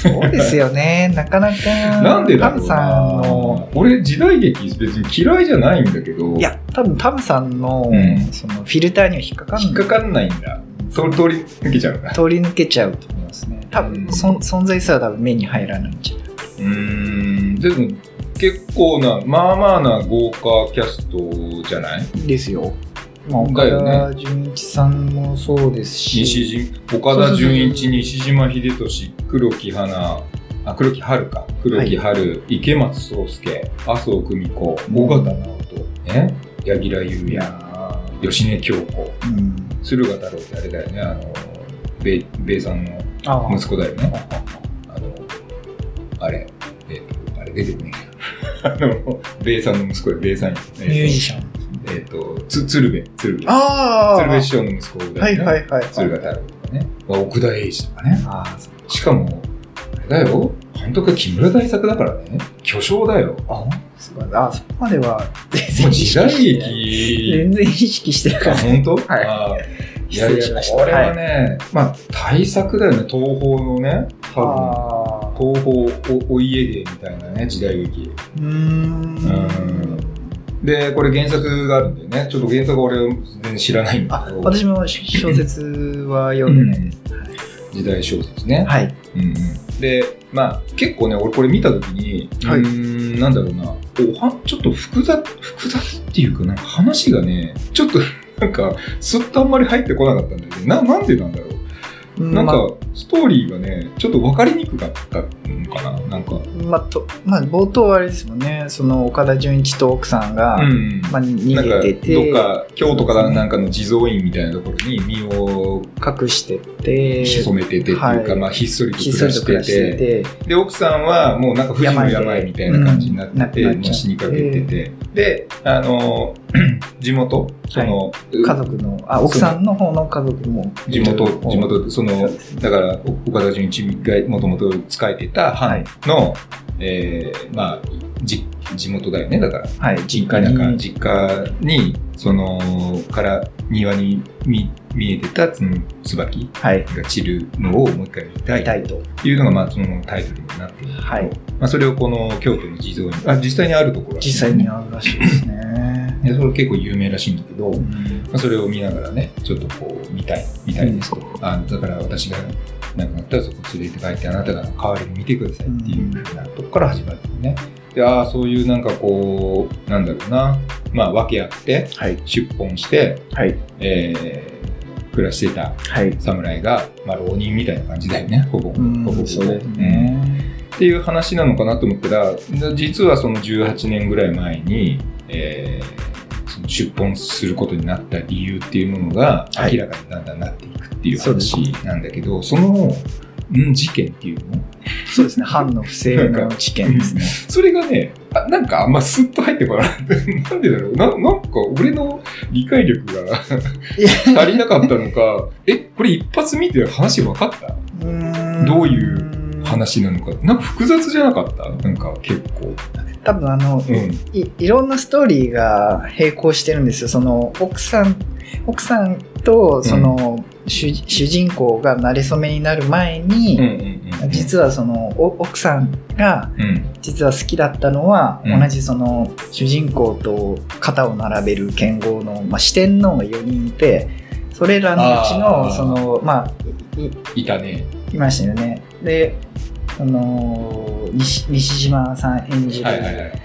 S2: そうです よね。なかなか。
S1: なんでだろう
S2: タムさん
S1: な
S2: の。
S1: 俺時代劇別に嫌いじゃないんだけど
S2: いや、多分タムさんの、
S1: うん
S2: そのフィルターには引っかかんない。
S1: 引っかかんないんだそれ通り抜けちゃうんだ
S2: 通り抜けちゃうと思いますね。多
S1: うん
S2: 分、そん、存在すら多分目に入らないんじゃないう
S1: ーんでも結構なまあまあな豪華キャストじゃない
S2: ですよ。まあ、岡
S1: だよね
S2: 田純一さんもそうです
S1: 西
S2: し、
S1: 陣岡田准一西島秀俊黒木花あ黒木春か黒木春、池松壮亮麻生久美子
S2: うん
S1: 尾形直人え柳楽優弥芳根京子
S2: うん。
S1: 駿河太郎ってあれだよねあの米米さんの
S2: ああ、
S1: 息子だよね。あの、あれ、えっ、と、あれ出てこねえ や。あの、米さんの息子で、米さん。え
S2: ミュージ
S1: ー
S2: シャン。
S1: と、えーとつ鶴瓶、鶴瓶。
S2: あ
S1: 鶴瓶師匠の息子だよね。
S2: はいはいはい。
S1: 鶴瓶太郎とかね。奥田瑛二とかね。
S2: ああ、そう
S1: しかも、あれだよ。監督は木村大作だからね。巨匠だよ。
S2: あ、本当ですか。あ、そこまでは全
S1: もう
S2: 然意識
S1: 時
S2: してない。
S1: 代劇。
S2: 全然意識してなか
S1: あ
S2: った。
S1: 本当
S2: はい
S1: あーい
S2: 失
S1: やい
S2: 礼しま
S1: や、
S2: した。、
S1: これはいね、まあ、大作だよね。東宝のね。多分。
S2: あー
S1: 東宝おお家芸みたいなね時代劇
S2: うーん。
S1: でこれ原作があるんだよねちょっと原作は俺全然知らないんだ
S2: あ
S1: け、ど
S2: 私も小説は読んでないです。
S1: 時代小説ね、
S2: はい。
S1: うんうん、でまあ結構ね俺これ見た時に、
S2: はいう
S1: ーんなんだろうなおはちょっと複雑複雑っていうかなんか話がねちょっと なんかすっとあんまり入ってこなかったんだよねななんでなんだろうなん
S2: ま
S1: かストーリーがねちょっと分かりにくかったのかななんか
S2: まあとまあ、冒頭はあれですもんね、その岡田准一と奥さんが、
S1: うん
S2: まあ、
S1: なん
S2: 逃
S1: か
S2: げてて、
S1: どっか京都からなんかの地蔵院みたいなところに身を
S2: 隠してて、
S1: 潜めててっていうか、
S2: はい
S1: まあ、ひっそりと
S2: ひっ
S1: 暮
S2: そ
S1: ら
S2: りと
S1: し
S2: 暮
S1: てて
S2: らしてて、
S1: で奥さんはもうなんか不治の病みたいな感じになってて、
S2: うん亡くなっちゃって
S1: もう死にかけててであの 地元その、
S2: 家族の、あ、奥さんの方の家族も。
S1: 地元地元そ
S2: そう
S1: の
S2: ですね
S1: だから岡田准一がもともと仕えてた藩の、えーまあじ地元だよねだから
S2: はい、
S1: 実家になんか実家にそのから庭に見見えてたその椿
S2: はい、
S1: が散るのをもう一回見たい
S2: いた
S1: っ
S2: いと。
S1: ていうのがまあそのタイトルになってるんだけど、
S2: はい
S1: まあ、それをこの京都の地蔵にあ実際にあるところらしい
S2: 実際にあるらしいですね。
S1: でそれ結構有名らしいんだけど、ま
S2: うん
S1: あ、それを見ながらねちょっとこう見たい見たいですと、あだから私が亡くなったらそこ連れて帰ってあなたが代わりに見てくださいっていうふうなとこから始まるんだよね。でああそういうなんかこうなんだろうなまあ訳あって
S2: はい、
S1: 出奔して、
S2: はい、
S1: えー暮らしてた
S2: はい。
S1: 侍が、まあ、浪人みたいな感じだよねほぼほぼほぼ
S2: そうです
S1: うん
S2: ね。
S1: っていう話なのかなと思ったら実はその18年ぐらい前に、えーその出奔することになった理由っていうものが
S2: はい
S1: 明らかにだんだんなっていくっていう
S2: そうです
S1: 話なんだけど、その、うん、事件っていうの
S2: そうですね、藩の不正の事件ですね。
S1: それがねあなんかあんまスッと入ってこなかったなんでだろうななんか俺の理解力が足りなかったのかえこれ一発見て話分かったどういう話なのかなんか複雑じゃなかったなんか結構
S2: 多分あの、
S1: うん
S2: いいろんなストーリーが並行してるんですよその奥さん奥さんとその、主主人公が馴れ初めになる前
S1: うん
S2: に、
S1: うんうんうん
S2: 実はそのお奥さんが
S1: うん
S2: 実は好きだったのは、
S1: うん
S2: 同じその主人公と肩を並べる剣豪の、まあ、四天王が4人いてそれらのうち
S1: あ
S2: の
S1: ー
S2: そのまあいい
S1: いたね。
S2: いましたよねでその西西島さん演じる、
S1: はいはいはい。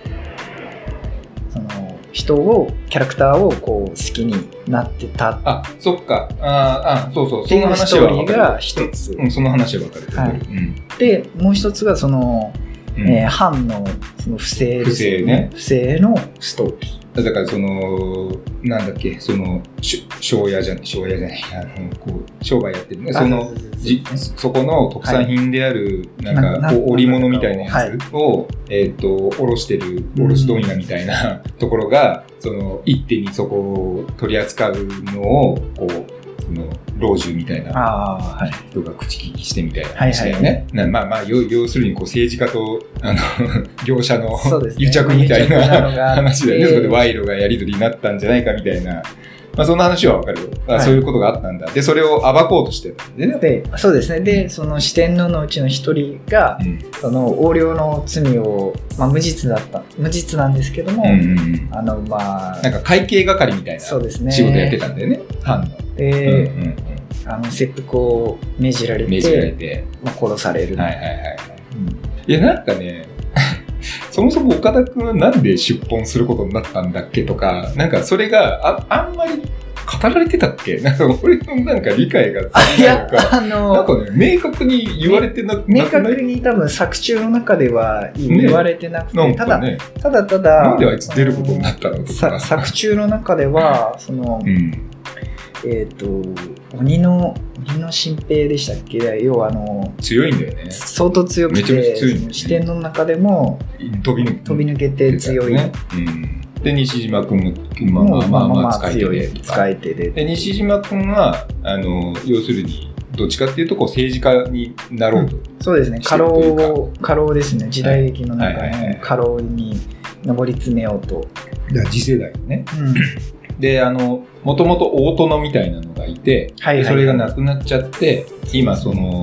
S2: その人をキャラクターをこう好きになってたっ
S1: あ、そっか。あーあ、そうそう。
S2: て
S1: そ
S2: い
S1: の
S2: うス
S1: 話
S2: トー
S1: は
S2: リ
S1: 分
S2: ー
S1: か
S2: が
S1: る。
S2: 一つ
S1: うん、その話は分かる。
S2: はい
S1: うん。
S2: でもう一つがその、
S1: うん
S2: えー藩のその不正ですよ不正のストーリ
S1: だからその、なんだっけ、その、し庄屋じゃん、庄屋じゃない、あの、こう、商売やってるね。
S2: ー
S1: その、
S2: うう
S1: じそこの特産品である、なん
S2: なな
S1: か、お織物みたいな
S2: はい
S1: やつを、えっと、おろしてる、おろし問屋みたいなところが、その、一手にそこを取り扱うのを、こう、の老中みたいな
S2: ああ、はい。
S1: 人が口利きしてみたいな
S2: はいはい
S1: 話だよね。なまあまあ要要するにこう政治家とあの 業者 の
S2: そうですね
S1: 癒着みたい
S2: 癒着なのがあ
S1: な
S2: って
S1: 話だよね。そこで賄賂がやり取りになったんじゃないかみたいな。まあそんな話はわかるよ。あ、
S2: はい
S1: そういうことがあったんだ。で、それを暴こうとしてたんでね。
S2: で、そうですね。で、その四天王のうちの一人が、
S1: うん
S2: その横領の罪を、まあ、無実だった、無実なんですけども、
S1: うんうんうん。
S2: あの、まあ
S1: な、んか会計係みたいな仕
S2: そう
S1: 事
S2: ですね。
S1: やってたんだよね。藩の。
S2: で、
S1: うんうん
S2: あの、切腹を命じられ
S1: うん。
S2: て、
S1: 命じられて。
S2: まあ、殺される。
S1: はいはいはい。
S2: うん
S1: いや、なんかね、そもそも岡田君はなんで出奔することになったんだっけとか、なんかそれがああんまり語られてたっけなんか俺のなんか理解が
S2: い
S1: 足りない
S2: や
S1: のか、、
S2: あ
S1: なん
S2: の、
S1: かね、明確に言われてなく
S2: 明
S1: なくない
S2: 確に多分作中の中では
S1: ね
S2: 言われてなくて、
S1: なん
S2: た
S1: か
S2: だ、
S1: ね、
S2: ただただ、
S1: なんであいつ出ることになったの
S2: あの
S1: とか。
S2: さ作中の中では、その、
S1: うん。
S2: えっ、と、鬼の、鬼の新兵でしたっけ要はあの、
S1: 強いんだよね。
S2: 相当強く
S1: めちゃめちゃ
S2: て、
S1: 強い
S2: その視点の中でも
S1: 飛び抜
S2: 飛び
S1: っ
S2: 抜けて強い。
S1: ね。うん。で、西島君も、
S2: も
S1: まあ
S2: う
S1: まあまあ
S2: まあまあ
S1: 使い手
S2: 強
S1: で
S2: い
S1: とか
S2: 使い手で
S1: で西島君はあの要するにどっちかっていうとこう政治家になろうと、
S2: そうですね
S1: して
S2: 過
S1: る
S2: 労
S1: というか
S2: を過労ですね時代劇の中
S1: はいはいはいはい
S2: の過労に上り詰めようと、
S1: だから次世代ね
S2: うん
S1: であのもともと大殿みたいなのがいて、
S2: はいはい
S1: でそれがなくなっちゃって今その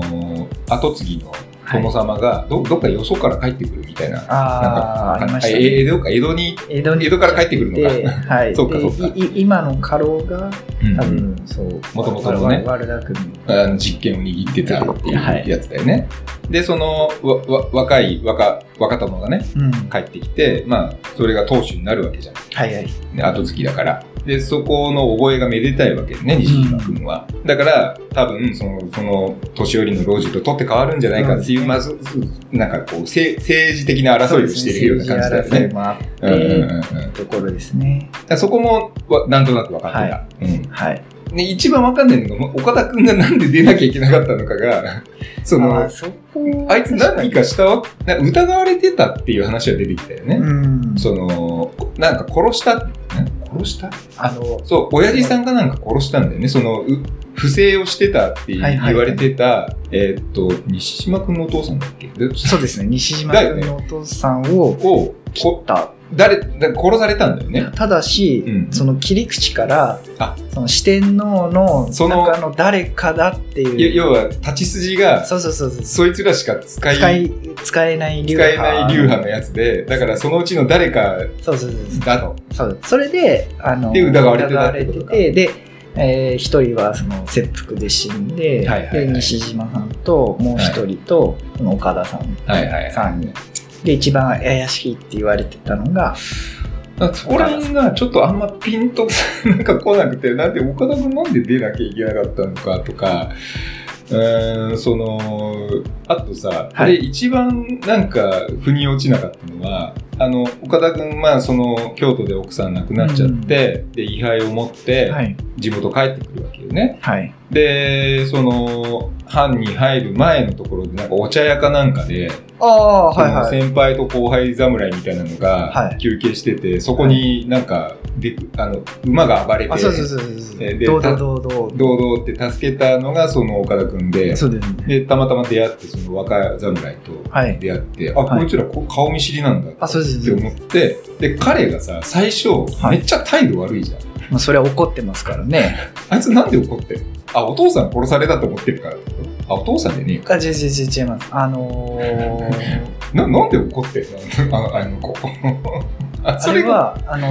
S1: 後継ぎの殿様がど,、どっかよそから帰ってくるみたいな
S2: ああありました
S1: え
S2: ね
S1: 江戸か江戸に、
S2: 江戸
S1: 江戸から帰ってくるのか
S2: では い
S1: そうか
S2: で
S1: そうか
S2: いい今の過労が
S1: うん
S2: 多分そう
S1: 元々のね
S2: ワルダ君
S1: あの実験を握ってたって
S2: はい
S1: いうやつだよね、でそのわわ若い若若殿がね
S2: うん
S1: 帰ってきてまあそれが当主になるわけじゃん
S2: はいはい
S1: ね後付きだから。で、そこの覚えがめでたいわけね、西島君は。だから、多分、その、その、年寄りの老中と取って変わるんじゃないかっていう、
S2: そう
S1: まず、なんかこう、せ政治的な争いをしてるような感じだよ
S2: そうです
S1: ね
S2: ね。争いもあって、
S1: うんうんうんうん、だか
S2: ところですね
S1: らそこもわなんとなく分かってた、うん
S2: はい
S1: で一番分かんないのが岡田君がなんで出なきゃいけなかったのかが そ
S2: あ
S1: の
S2: ーそこ
S1: あいつ何かしたわなんか疑われてたっていう話は出てきたよね、
S2: うん
S1: そのなんか殺したん殺した
S2: あの
S1: そう、親父さんがなんか殺したんだよね。その、う不正をしてたって言
S2: はいはいはい
S1: 言われてた、えーっと、西島くんのお父さんだっけで
S2: そうですね西島
S1: だよ
S2: 君
S1: ね
S2: のお父さんを
S1: を、
S2: 切っ
S1: こ
S2: た
S1: 誰、だ殺されたんだよね。
S2: ただし、
S1: うん
S2: その切り口から
S1: あ
S2: その四天王の
S1: その
S2: 中の誰かだって
S1: いや
S2: いう
S1: 要は、立ち筋が、
S2: そうそうそうそう
S1: そいつらしか使い、
S2: 使
S1: 使え
S2: い使えない流派
S1: ない流派のやつで、だからそのうちの誰か
S2: そうそうそうそう
S1: だと。
S2: そうそれであの
S1: で疑われてた
S2: 疑われて
S1: ってことか
S2: てでえー一人はその切腹で死んで,、
S1: はいはいはい
S2: で西島さんともう一人と、その岡田さん
S1: はいはい。
S2: さんにで一番怪しいって言われてたのが
S1: だからそこら辺がちょっとあんまピンと なんか来なくて、なんで岡田君なんで出なきゃいけなかったのかとか、うーん、その、あとさ、
S2: はい
S1: で、一番なんか腑に落ちなかったのは、あの、岡田君まあその、京都で奥さん亡くなっちゃって、で、位牌を持って、
S2: はい
S1: 地元帰ってくるわけよね。
S2: はい
S1: で、その、藩に入る前のところで、なんかお茶屋かなんかで、
S2: ああ
S1: そ
S2: はい
S1: の
S2: はい
S1: 先輩と後輩侍みたいなの
S2: は
S1: が
S2: い
S1: 休憩してて、そこになんかでくあの馬が暴れて
S2: あそうそうそうそうそう
S1: でで
S2: 堂々堂々
S1: 堂々って助けたのがその岡田君で
S2: そうですね
S1: でたまたま出会ってその若侍と
S2: はい
S1: 出会って、あ
S2: はい
S1: こいつらこ顔見知りなんだ
S2: あそうです
S1: って思ってで彼がさ最初
S2: は
S1: め
S2: い
S1: っちゃ態度悪いじゃん、
S2: まあ、それは怒ってますからね。
S1: あいつなんで怒ってるあお父さん殺されたと思ってるからってことあお父さんでねえか
S2: あ、違う違う違う違います。あのー
S1: ななんで怒ってるの あのあの子あ
S2: あれは、あの、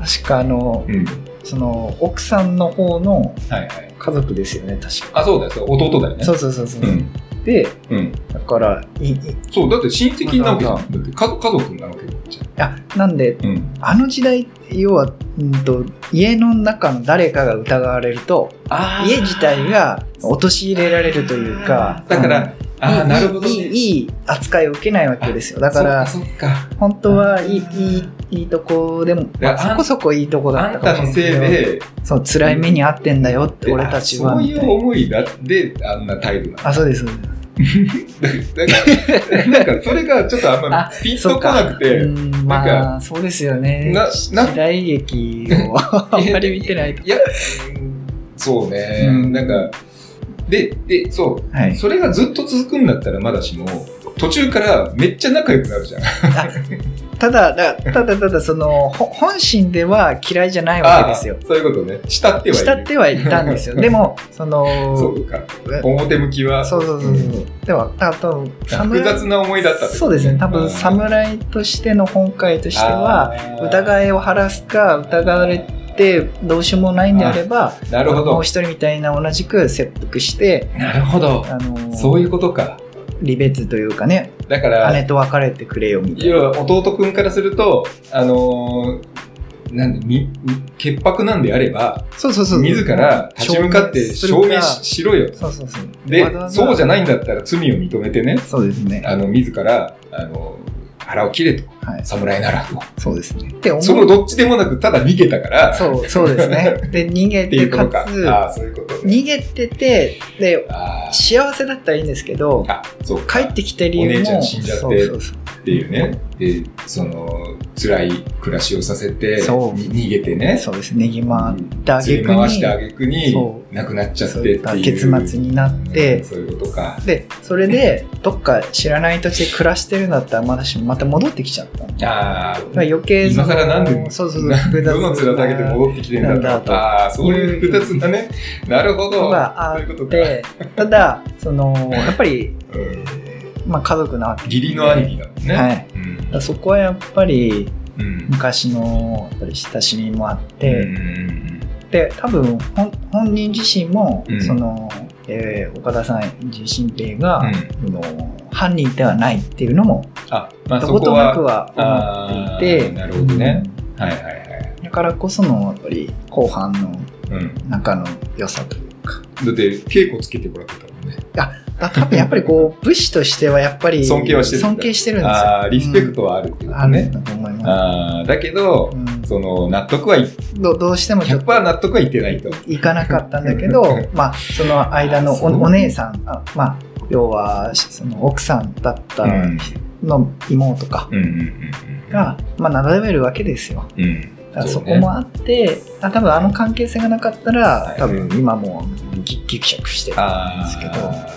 S2: 確かあの、
S1: うん
S2: その、奥さんの方の
S1: はいはい
S2: 家族ですよね、確か。
S1: あそうだよそう弟だよね
S2: そうそうそうそう。
S1: うん
S2: で、
S1: うん、
S2: だから、いい
S1: そうだって親戚なわけじゃ
S2: わざわ
S1: んだって家族家族なわけじ
S2: あ、なんで、
S1: ゃん、うん、
S2: あの時代、要は、うんと、家の中の誰かが疑われると、
S1: あ
S2: 家自体が陥れられるというか、
S1: だから、
S2: うん、
S1: ああ
S2: いい
S1: なるほど、ね、
S2: いいいい扱いを受けないわけですよ。だから、
S1: そっか
S2: 本当はいいいいいいとこでも、ま
S1: だ
S2: あ
S1: から
S2: そこそこいいとこ
S1: そっかあ
S2: だった
S1: んた
S2: か
S1: の
S2: もし
S1: せい
S2: れないけど
S1: で
S2: そう辛い目に遭ってんだよって
S1: で
S2: 俺たちは
S1: あそう
S2: み
S1: い
S2: たいうな
S1: 思いだであんな態度な
S2: あそうですそう
S1: のだから なんかそれがちょっとあんまピ
S2: で
S1: ン
S2: すそ
S1: と
S2: う
S1: こ
S2: か
S1: なくて
S2: うーん
S1: なんか
S2: まあそうですよね
S1: なな
S2: 時代劇をあんまり見てないと
S1: いやそうね、
S2: うん
S1: なんかででそう
S2: はい。
S1: それがずっと続くんだったらまだしも途中からめっちゃ仲良くなるじ ゃん
S2: ただ、だただただ、その、ほ本心では嫌いじゃないわけ
S1: ああ
S2: ですよ。
S1: そういうことね慕ってはいる
S2: 慕ってはいた んですよ。でも、その、
S1: そうか
S2: え
S1: 表向きは
S2: そうそうそうそう。でも、た多分
S1: 複雑な思いだったってこと
S2: そうですね。多
S1: う
S2: 分、
S1: ん
S2: 侍としての本会としては、
S1: あー
S2: 疑いを晴らすか、疑われてどうしようもないんであれば、
S1: なるほ
S2: もう
S1: ど
S2: 一人みたいな同じく切腹して、
S1: なるほど
S2: あの、
S1: そういうことか
S2: 離別というかね、
S1: だから
S2: 姉と別れてくれよみたいな。
S1: 要は弟くんからすると、あのーなんでみ潔白なんであれば
S2: そうそうそう。
S1: 自ら立ち向かって証明ししろよ
S2: そうそうそう。
S1: でそうじゃ
S2: ない。
S1: ないんだったら罪を認めてね
S2: そうですね。
S1: あの自ら、あの腹を切れと
S2: はい。
S1: 侍なら
S2: そうですね。って思う。
S1: そのどっちでもなくただ逃げたからっ
S2: そう、そうで すね。で、逃げ
S1: てい
S2: て、
S1: うこと
S2: か
S1: か
S2: つ、
S1: ああそういうことね
S2: 逃げてて、で、
S1: あー
S2: 幸せだったらいいんですけど、
S1: あそう
S2: 帰
S1: か
S2: ってきて理由も、
S1: お姉ちゃん死んじゃって
S2: そうそうそう
S1: っていうねでその辛い暮らしをさせて
S2: そう
S1: に逃げてね
S2: そうですね。ねぎまってあげ
S1: 連れ
S2: く
S1: 回して
S2: に、
S1: あげくに
S2: そ
S1: 亡くなっちゃってっ
S2: そう
S1: て
S2: い
S1: い
S2: っ
S1: う
S2: た結末になって、
S1: うんそういうことか
S2: で、それで、どっか知らない土地で暮らしてるんだったら、まだしも、また戻ってきちゃった。だか
S1: ああ
S2: ら余計その
S1: 今更なんで
S2: そうそうそう、複雑
S1: どの面下げて戻ってきてんだろう
S2: なんだと
S1: ああそういう複雑なねなるほ
S2: の
S1: ど
S2: があ
S1: そういうこと
S2: っ
S1: か
S2: て、ただ、その、やっぱり、
S1: うん
S2: まあ家族なわけで
S1: 義理の兄貴だもんね
S2: はい。
S1: うん
S2: だからそこはやっぱり
S1: うん
S2: 昔のやっぱり親しみもあって、
S1: うんうん
S2: で多分本本人自身も、
S1: うん
S2: その、えー岡田さん自身っていう
S1: う
S2: が、
S1: ん
S2: その犯人ではないっていうのも
S1: あまあ
S2: ど
S1: そ
S2: こ
S1: こと
S2: なく
S1: は
S2: は思ってい
S1: あー
S2: て
S1: なるほどね
S2: うん
S1: はいはいはい
S2: だからこそのやっぱり後半の
S1: うん
S2: 中の良さというか
S1: だって稽古つけてもらってたもんね
S2: だ多分やっぱりこう武士としてはやっぱり
S1: 尊敬はしてるんだ
S2: 尊敬してるんですよ
S1: ああリスペクトはあるっていうこ
S2: あ
S1: と
S2: るん
S1: ね
S2: だと思いま
S1: ああだけど
S2: す、うん
S1: その納得はい
S2: どどうしてもちょっ
S1: 100%
S2: と
S1: 納得はいってないと
S2: 行かなかったんだけどまあその間のお
S1: そう
S2: お姉さんあまあ要はその奥さんだった
S1: うん
S2: の妹か
S1: うんうんうんうん
S2: が、まあ、並べるわけですよ
S1: うん
S2: だから
S1: そ
S2: そうこ
S1: ね
S2: もあって、あ多分あの関係性がなかった
S1: は
S2: ら
S1: い
S2: 多分今もうぎぎくしゃくしてる
S1: あ
S2: ん
S1: あ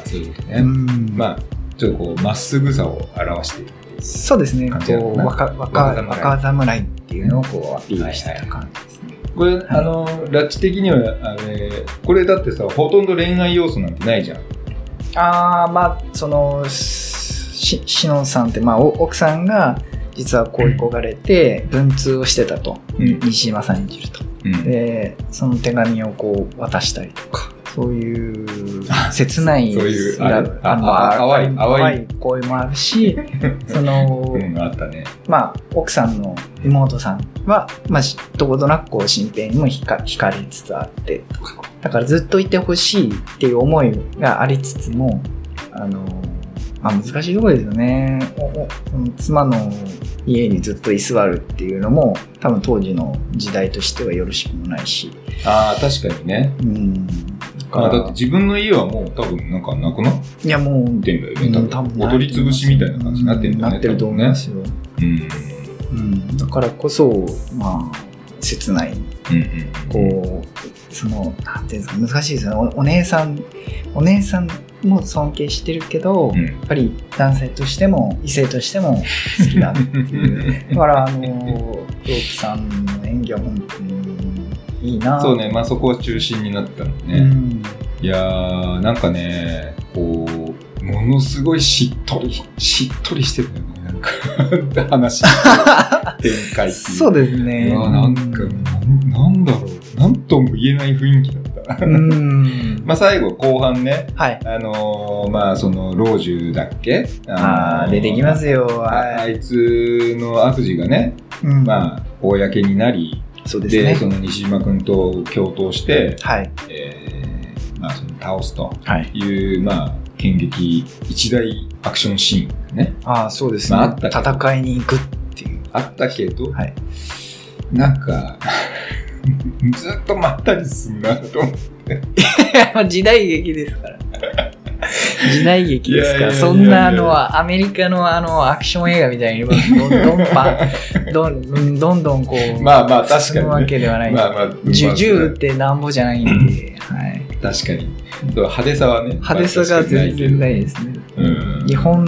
S1: そういうこと
S2: う
S1: ね
S2: ん
S1: まあちょっとこうまっすぐさを表しているっていう
S2: そうですね
S1: 感じなの
S2: こ
S1: か
S2: う
S1: な
S2: 若
S1: 若
S2: 若
S1: 侍
S2: 若侍っていうのをこうアピールしてた感じですね、
S1: これ、あのラッチ的にはあれこれだってさほとんど恋愛要素なんてないじゃん
S2: ああまあそのししのんさんって、まあ、お奥さんが実は恋焦がれて文通をしてたと
S1: うん
S2: 西島さん演じると
S1: うん
S2: でその手紙をこう渡したりとかそういう切ない
S1: そういうあ
S2: ら
S1: るああ
S2: の
S1: 淡い淡い
S2: 恋もあるし その、
S1: うんあったね
S2: まあ奥さんの妹さんは、まあ、しどことなくこう身辺にも惹か惹かれつつあってとかだからずっといてほしいっていう思いがありつつもあの、まあ、難しいところですよねおおその妻の家にずっと居座るっていうのも多分当時の時代としてはよろしくもないし
S1: ああ確かにね
S2: うん
S1: あだって自分の家はもう多分なんかなくなっ
S2: いやもう
S1: てんだよね、
S2: うん
S1: 多分
S2: な
S1: 踊り潰しみたいな感じになってんだよね
S2: うなってると思いますよ、
S1: 多分ね
S2: うん、だからこそまあ切ない
S1: うんうんうんうん
S2: こう、その、なんていうんですか、難しいですよね。おお姉さん、お姉さんも尊敬してるけど、
S1: う
S2: や
S1: ん
S2: っぱり男性としても、異性としても好き だ。だから、あの、同期さんの演技は本当にいいな。
S1: そうね、まあ、そこを中心になったのね、
S2: うん。
S1: いやーなんかねこうものすごいしっとりしっとりしてたよねなんか 話展開っていう
S2: そうです
S1: い
S2: ね。
S1: やなんかなんなんだろうなんとも言えない雰囲気だった
S2: うん。
S1: まあ最後後半ね
S2: はい。
S1: あのーまあその老中だっけ
S2: あ
S1: の
S2: ー
S1: ー
S2: 出てきますよ。
S1: ああ
S2: はい
S1: つの悪事がね、
S2: い。うん
S1: まあ、公になり、
S2: そう
S1: で、
S2: ですね。
S1: その西島君と共闘して、
S2: はい。
S1: えーまあ、その倒すと
S2: はい。
S1: いう、まあ、剣撃一大アクションシーンね、
S2: ああ、そうですね、
S1: まああったけど
S2: 戦いに行くっていう。
S1: あったけど、
S2: はい
S1: なんか、ずっとまったりすんなと思って
S2: 時代劇ですから。時代劇です
S1: いや
S2: か
S1: いやいやいや
S2: そんなあのアメリカのあのアクション映画みたいにどんどんパンどんどんどんこう
S1: まあまあ確か
S2: 進
S1: に
S2: むわ
S1: ね
S2: けではないん
S1: ま
S2: で
S1: あまあ、まあ、
S2: 銃銃ってなんぼじゃないんで、はい、
S1: 確かにそう派手さはね、
S2: 派手さが全然ないいですね
S1: うん、
S2: 日本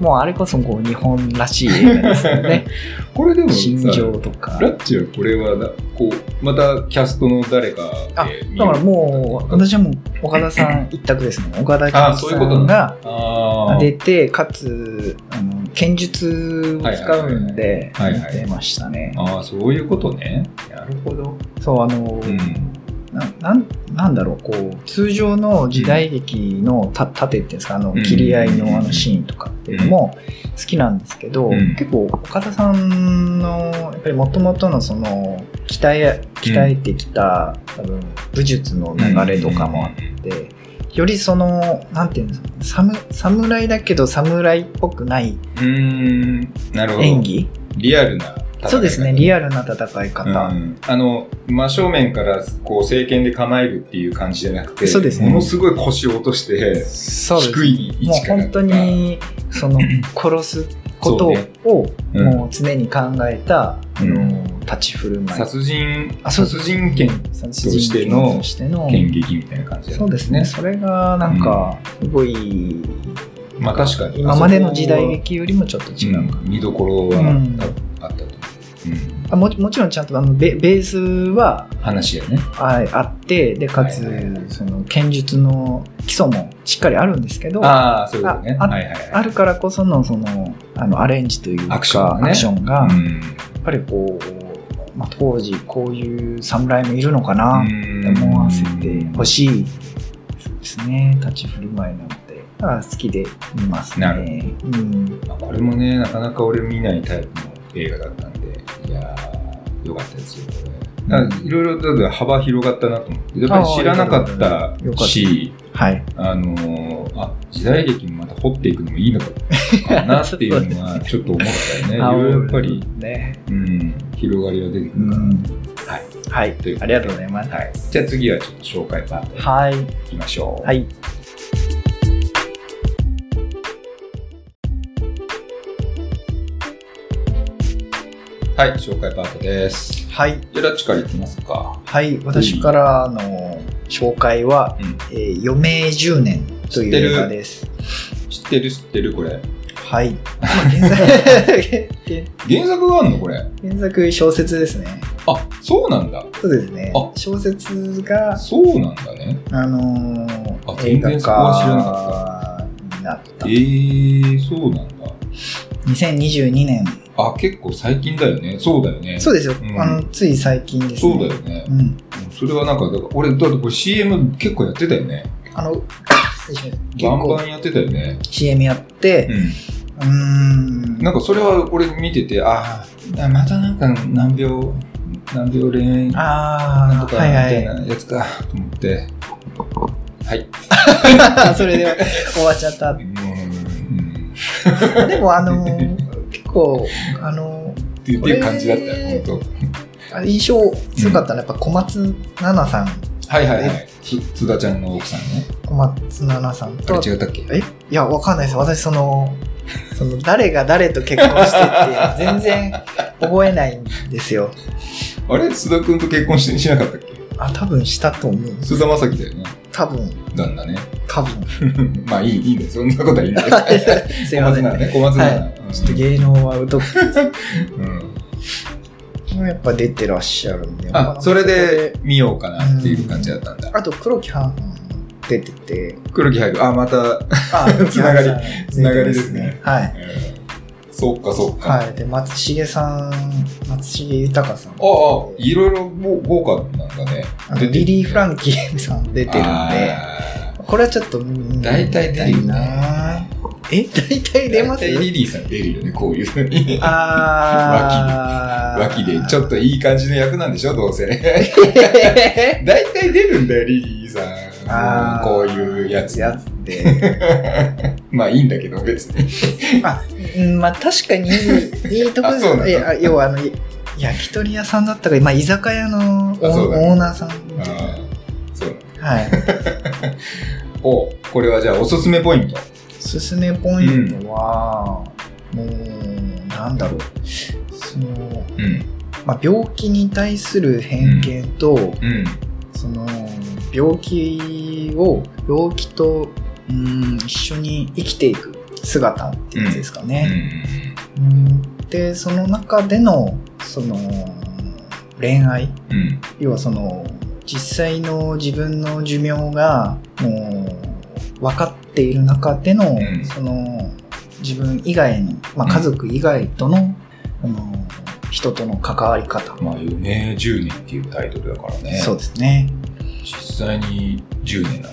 S2: もうあれこそこう日本らしい映画ですよね
S1: これでもさ
S2: 心情とか
S1: ラッチはこれはなこうまたキャストの誰か
S2: あ
S1: で見る
S2: だからもう私はもう岡田さん一択ですね岡田
S1: あ
S2: さ
S1: そういうことなん
S2: ん
S1: だ
S2: が
S1: あー
S2: 出てかつあの剣術を使うんで
S1: はいはいはいはいはいはい
S2: 出ましたね
S1: あーそういうことねなるほど、
S2: そうあの、
S1: うん、
S2: ななんなんだろうこう通常の時代劇のた盾っていうんですかあの
S1: うん
S2: 切り合いのあのシーンとかっていうのも好きなんですけど、
S1: うん
S2: 結構岡田さんのやっぱりもともとのその鍛え鍛えてきた多分武術の流れとかもあって。よりその、なんていうんですか、侍侍だけど侍っぽくない
S1: うんなるほど
S2: 演技
S1: リアルな戦い方
S2: そうですね、リアルな戦い方。
S1: うんあの真正面からこう政権で構えるっていう感じじゃなくて
S2: そうですね
S1: ものすごい腰を落として
S2: そうです
S1: 低い位
S2: もう
S1: 置から
S2: 本当にその殺すことを
S1: うん
S2: もう常に考えた、
S1: うん
S2: あの立ち振る舞い
S1: 殺人
S2: あそう
S1: 殺人剣
S2: 殺
S1: として
S2: 人
S1: の
S2: 鬼としての
S1: 剣劇みたいな感じだった
S2: そうですねそれがなんかすごい、
S1: まあ確かに
S2: 今までの時代
S1: 劇
S2: 劇よりもちょっと違うかな、
S1: 見どころは
S2: うん
S1: あったと思う、うん
S2: あももちろんちゃんとあのベベースは
S1: 話やね
S2: ああってでかつ、
S1: はいはいはい
S2: その剣術の基礎もしっかりあるんですけど
S1: ああそういうことね
S2: ああ
S1: はいはいはい
S2: あるからこそのそのあのアレンジというか
S1: アクションがね
S2: アクションが、
S1: うん
S2: やっぱりこう、まあ、当時こういう侍もいるのかなって思わせてほしいですね立ち振る舞いなのでだから好きで見ますね
S1: なる
S2: うん、
S1: まあこれもねなかなか俺見ないタイプの映画だったんでいやーよかったですよこれだからいろいろだから幅広がったなと思ってやっぱり知らなか
S2: あーよか
S1: っ
S2: った
S1: たし
S2: はい
S1: あのーあ時代劇にまた掘っていくのもいいのかなっていうの はちょっと思ったよねいろいろやっぱり、
S2: ね
S1: うん、広がりが出てく
S2: う
S1: るから、
S2: ん
S1: はい
S2: はい
S1: ということで
S2: ありがとうございます
S1: はい、じゃあ次はちょっと紹介パートに
S2: はい
S1: 行きましょう、
S2: はい
S1: はい、紹介パートです
S2: はい、
S1: じゃあラッチからいきますか
S2: はい、私からの紹介は
S1: うん
S2: 「えー余命10年」という映画です
S1: 知ってる知ってるこれ
S2: はい、まあ、原作
S1: 原作があるのこれ
S2: 原作小説ですね
S1: あそうなんだ
S2: そうですね
S1: あ。
S2: 小説が、
S1: そうなんだね
S2: あのー
S1: あ全然そこは知らなか
S2: 映画化になった
S1: え。ー、そうなんだ
S2: 2022年。
S1: あ結構最近だよねそうだよね
S2: そうですよ。
S1: うん
S2: あのつい最近です
S1: そ
S2: ね。
S1: うだよね
S2: う、ん。
S1: それはなんかだから俺だってこれ CM 結構やってたよね
S2: あの、失礼しました結
S1: バンバ
S2: 構
S1: ンやってたよね
S2: CM やって、
S1: う
S2: うー
S1: ん
S2: ん。
S1: なんかそれは俺見ててあーあまたなんか難病難病恋愛なん
S2: あ
S1: と
S2: あ、
S1: か
S2: は
S1: みたい
S2: いは
S1: なやつかと思ってはい
S2: い。それで 終わっちゃった。
S1: うん
S2: でも、あのー、結構、あのー、
S1: っていうっていう感じだったよ本
S2: あ印象強かったのは、やっぱ小松菜奈さん、
S1: 当はいはいはいつ津田ちゃんの奥さんね
S2: 小松菜奈さんと、
S1: あれ違ったっけ
S2: えいや、わかんないです。私、その、その誰が誰と結婚してって、全然覚えないんですよ。
S1: あれ津田君と結婚してしなかったっけ
S2: あ、多分したと思う。
S1: 津田正樹だよね
S2: 多分、
S1: 旦 那ね
S2: 多分。
S1: まあいいいいねそんなことはいいんだよ
S2: すい
S1: 小
S2: ま
S1: 松
S2: せん。
S1: 菜
S2: ち
S1: ね小松菜奈うん
S2: ょっと芸能は疎く
S1: うん
S2: て、やっぱ出てらっしゃるんで。
S1: あそれで。見ようかなっていう感じだったんだ
S2: あと、黒木半出てて。
S1: 黒木入るあまた
S2: あ
S1: つながり
S2: 黒木華さん
S1: つながりですね
S2: はい。
S1: そっかそっか、ああ
S2: はい。で、松重さん、松重豊さん。
S1: いろいろ豪豪華なんだね
S2: あのリリー・フラ
S1: ン
S2: ンキーさん出てるんで。これはちょっと、うん
S1: 大体出るよね
S2: 見たいなえ大体出
S1: 出
S2: ま
S1: ます
S2: す
S1: リリーさん出るよねこういうふうに
S2: あー。
S1: 脇でちょっといい感じの役なんでしょどうせ
S2: と。
S1: 大体出るんだよリリーさん
S2: あー
S1: こういうやつ
S2: やつで。
S1: まあいいんだけど別に
S2: あ、うん、まあ確かにい い、いいとこ
S1: あそうなんだ
S2: えあ要はあの、い焼き鳥屋さんだったか、まあ居酒屋のオ
S1: あそうだ
S2: ーオーナーさんみ
S1: あ
S2: たい
S1: ーそう
S2: な。はい。
S1: おこれはじゃあおすすめポイント
S2: おすすめポイントは、もうなんだろうその、
S1: うん
S2: まあ、病気に対する偏見と、
S1: うん
S2: その病気を病気とうん一緒に生きていく姿っていうんですかね、うんでその中でのその恋愛
S1: うんうん
S2: 要はその実際の自分の寿命がもう分かっている中での、
S1: ん
S2: その自分以外の、まあ、
S1: うん
S2: 家族以外との,、あの人との関わり方、
S1: まあ余命10年っていうタイトルだからね
S2: そうですね
S1: 実際に10年なんだ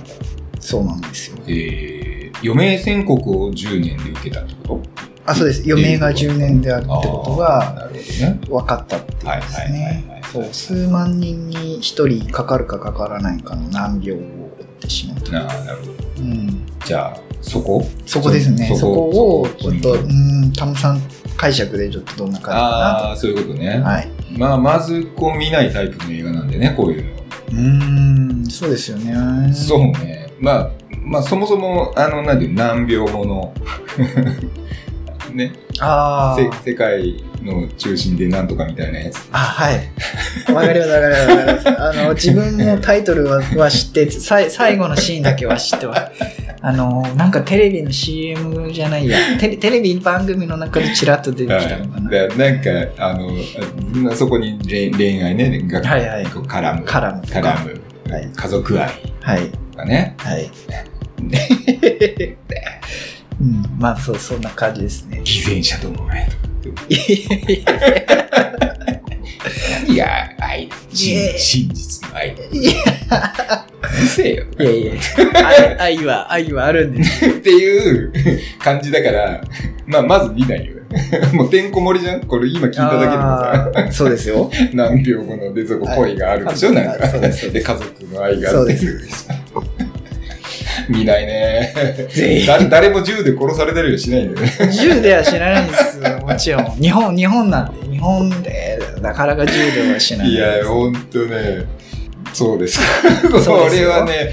S2: そうなんですよ
S1: えー、余命宣告を10年で受けたってこと
S2: あそうです余命が10年であるって
S1: あー
S2: ことが
S1: なるほどね
S2: 分かったっていうんです
S1: はいはいはいはい
S2: ねそう数万人に1人かかるかかからないかの難病を負ってしまうと、
S1: なあなるほど
S2: うん、
S1: じゃあそこ
S2: そこですね。
S1: そ
S2: そ
S1: こ
S2: こを、
S1: そこ
S2: ちょっと、うん、タムさん解釈でちょっとどんな感じ
S1: あ
S2: か
S1: あーそういうことね、
S2: なと。はい。
S1: まあまずこう見ないタイプの映画なんでねこういうの
S2: うーん、そうですよね。
S1: そうね。まあ、まあ、そもそも、あの、なんていうの難病もの。ね、
S2: あ
S1: せ
S2: ー
S1: 世界の中心でなんとかみたいなやつ。
S2: あ、はい。わかります、わかります、わかります。あの、自分もタイトルはは知って、さい最後のシーンだけは知ってます。あの、なんかテレビの CM じゃないや、テレテレビ番組の中でちらっと出て
S1: は
S2: きたのかな。
S1: い、だなんか、あの、あそこに恋恋愛ね、が、
S2: はいはい
S1: こう絡む。
S2: カラムとか。
S1: 絡む。
S2: はい
S1: 家族愛
S2: はい。
S1: とかね。
S2: はい。 うん、まあ、そう、そんな感じですね。
S1: 偽善者ともえとか。何が愛
S2: いえ
S1: 真真実の愛うるせえよ。
S2: いやいや、愛愛は、愛はあるんです。
S1: っていう感じだから、 まあ、まず見ないよ。 もうてんこ盛りじゃんこれ今聞いただけでもさ、
S2: けでそうですよ。
S1: 何秒後のでそ こ恋があるでしょ、
S2: はい
S1: なんか。
S2: そうですそ う
S1: で、
S2: です
S1: 家族の愛が
S2: そ
S1: ある
S2: うで
S1: って
S2: す
S1: いうでしょ。見ないね。
S2: ぜひ。
S1: 誰誰も銃で殺されたりはしないんだ よね。
S2: 銃では知らないんですよ、もちろん。日本、日本なんで、日本で、なかなか銃では知らない。
S1: いや、ほんとね、そうですか。
S2: そう
S1: こ
S2: です
S1: れ
S2: よ
S1: はね、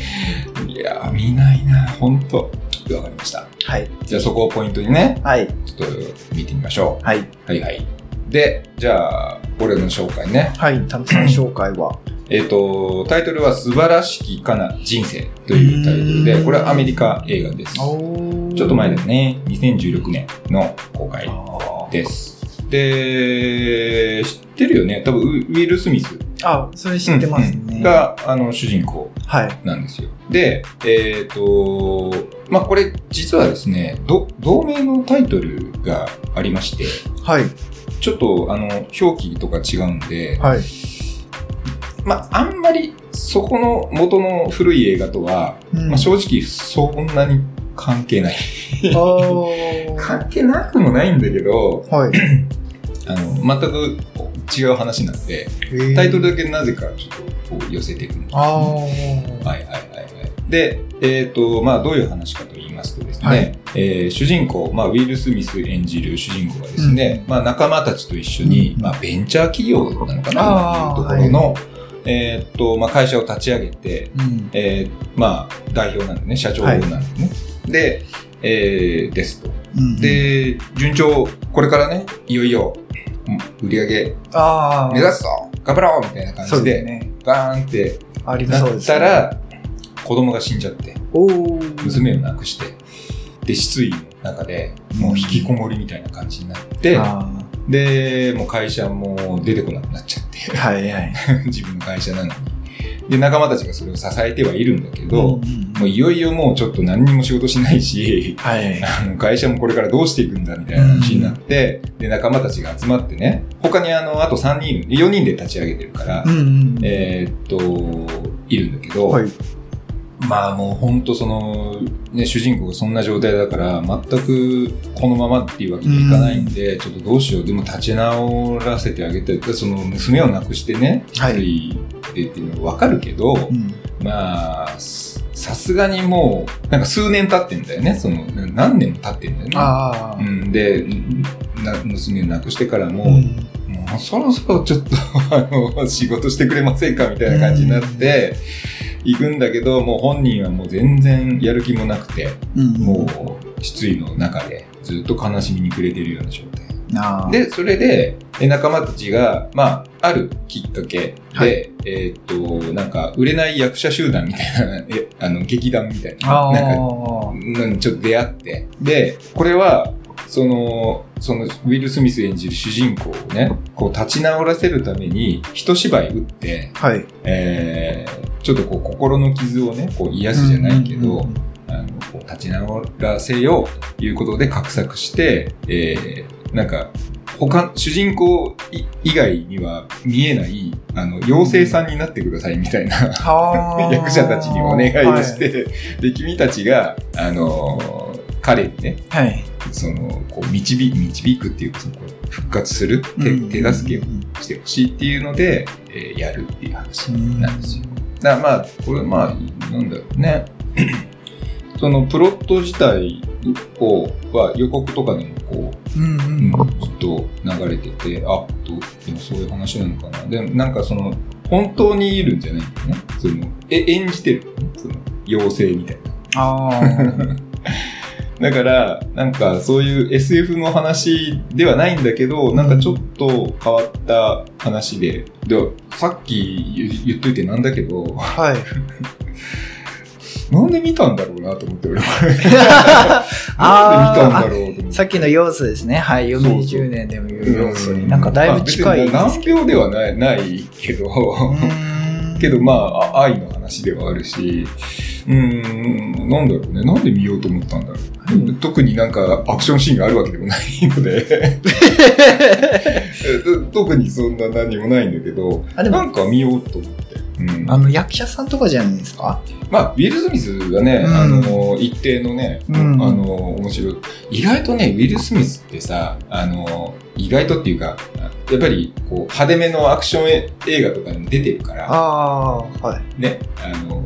S1: いや、見ないな、ほんと。わかりました。
S2: はい。
S1: じゃあそこをポイントにね、
S2: はい。
S1: ちょっと見てみましょう。
S2: はい。
S1: はいはい。で、じゃあ、俺の紹介ね。
S2: はい。たくさん紹介は。
S1: えっ、と、タイトルは、素晴らしきかな人生というタイトル
S2: うー
S1: で、
S2: ん
S1: これはアメリカ映画です。ちょ
S2: お
S1: っと前ですね。2016年の公開です。で、知ってるよね多分、ウウィル・スミス。
S2: あ、それ知ってます
S1: うんう
S2: ね。
S1: んが、あの、主人公
S2: はい。
S1: なんですよ。で、えっ、と、まあ、これ、実はですね、ど同名のタイトルがありまして、
S2: はい。
S1: ちょっと、あの、表記とか違うんで、
S2: はい。
S1: まあ、あんまりそこの元の古い映画とは、
S2: うん
S1: まあ、正直そんなに関係ない。
S2: おー
S1: 関係なくもないんだけど、
S2: はい。
S1: あの、全く違う話なんで、タイトルだけなぜかちょっとこう寄せてるんですね
S2: あ
S1: はい
S2: ー
S1: はいはいはい。で、えっ、と、まあ、どういう話かと言いますとですね、
S2: はい
S1: えー主人公、まあ、ウィル・スミス演じる主人公がですね、まあ、仲間たちと一緒に、
S2: うん
S1: まあ、ベンチャー企業なのかな
S2: あー
S1: というところの、えっ、と、まあ、会社を立ち上げて、
S2: うん。
S1: えーまあ、代表なんでね、社長なんでね。で、えーですと。
S2: うん、
S1: で、順調、これからね、いよいよ、うん売り上げ
S2: ああ、
S1: 目指すぞ頑張ろうみたいな感
S2: そう
S1: じ
S2: です
S1: で、
S2: ね。
S1: バーンって
S2: あり
S1: な
S2: そう
S1: っ
S2: ですね、
S1: たら、子供が死んじゃって、
S2: おー
S1: 娘を亡くして、で、失意の中で、もう引きこもりみたいな感じになって、
S2: あ
S1: で、もう会社も出てこなくなっちゃって、
S2: ーはいはい。
S1: 自分の会社なのに。で、仲間たちがそれを支えてはいるんだけど、
S2: んんん
S1: もういよいよもうちょっと何にも仕事しない し、
S2: はい。
S1: あの会社もこれからどうしていくんだみたいな話になって、で、仲間たちが集まってね、他にあの、あと3人、4人で立ち上げてるから、
S2: うんうんうん。
S1: えーっと、いるんだけど、
S2: はい。
S1: まあもうほんとその、ね、主人公がそんな状態だから、全くこのままっていうわけにいかないんで、ちょっとどうしよう、でも立ち直らせてあげたい。その娘を亡くしてね、
S2: はい
S1: 一人でっていうのはわかるけど、
S2: うん
S1: まあ、すさすがにもう、なんか数年経ってんだよね。その、な何年も経ってんだよね。
S2: あ
S1: う
S2: あ。
S1: ん、で、な娘を亡くしてからも、
S2: うん
S1: も うそろそろちょっとあの仕事してくれませんかみたいな感じになって、行くんだけどもう本人はもう全然やる気もなくて
S2: うん
S1: もう失意の中でずっと悲しみに暮れてるような状態
S2: あー
S1: でそれでえ仲間たちが、まあ、あるきっかけで、
S2: はい
S1: えーっとなんか売れない役者集団みたいな えあの劇団みたい
S2: あ
S1: な
S2: ー
S1: なんかうんちょっと出会ってでこれはそのそのウィル・スミス演じる主人公をねこう立ち直らせるために一芝居打って
S2: はい
S1: えーちょっとこう心の傷をね、こう癒すじゃないけど、あのこう立ち直らせようということで画策して、えーなんか、他、主人公い以外には見えない、あの、妖精さんになってくださいみたいな、 役者たちにお願いをし、て、で、君たちが、あのー彼にね、
S2: はいはい
S1: その、こう、導、導くっていうか、そのこう復活する手
S2: うん
S1: 手助けをしてほしいっていうので、えーやるっていう話なんですよ。だからまあ、これまあ、なんだろうね。 そのプロット自体をは予告とかでもこ
S2: うんう
S1: う、
S2: ん
S1: うんずっと流れてて、あと、でもそういう話なのかな。でもなんかその、本当にいるんじゃないんだよね。その、え、演じてるのねその、妖精みたい
S2: あー
S1: な。だから、なんかそういう SF の話ではないんだけど、なんかちょっと変わった話で、でさっき言言っといてなんだけど、
S2: はい
S1: なんで見たんだろうなと思って俺は。
S2: あー
S1: なんで見たんだろうと思って。
S2: さっきの要素ですね。はい。
S1: そうそう
S2: 40年でも言う要素に。なんかだいぶ近い
S1: まあ別にもう何秒ではないないけど、けどま ああ愛の話ではあるし、うん、なんだろうね。なんで見ようと思ったんだろう。
S2: うん
S1: 特になんかアクションシーンがあるわけでもないので、 特にそんな何もないんだけど、
S2: あで
S1: な
S2: も、
S1: んか見ようと思って。うん
S2: あの役者さんとかじゃないですか。
S1: まあ、ウィル・スミスがね、
S2: うん
S1: あの、一定のね、
S2: うん
S1: あの、面白い。意外とね、ウィル・スミスってさ、あの、意外とっていうか、やっぱり、こう、派手めのアクションえ映画とかにも出てるから、
S2: ああー、はい。
S1: ね、あの、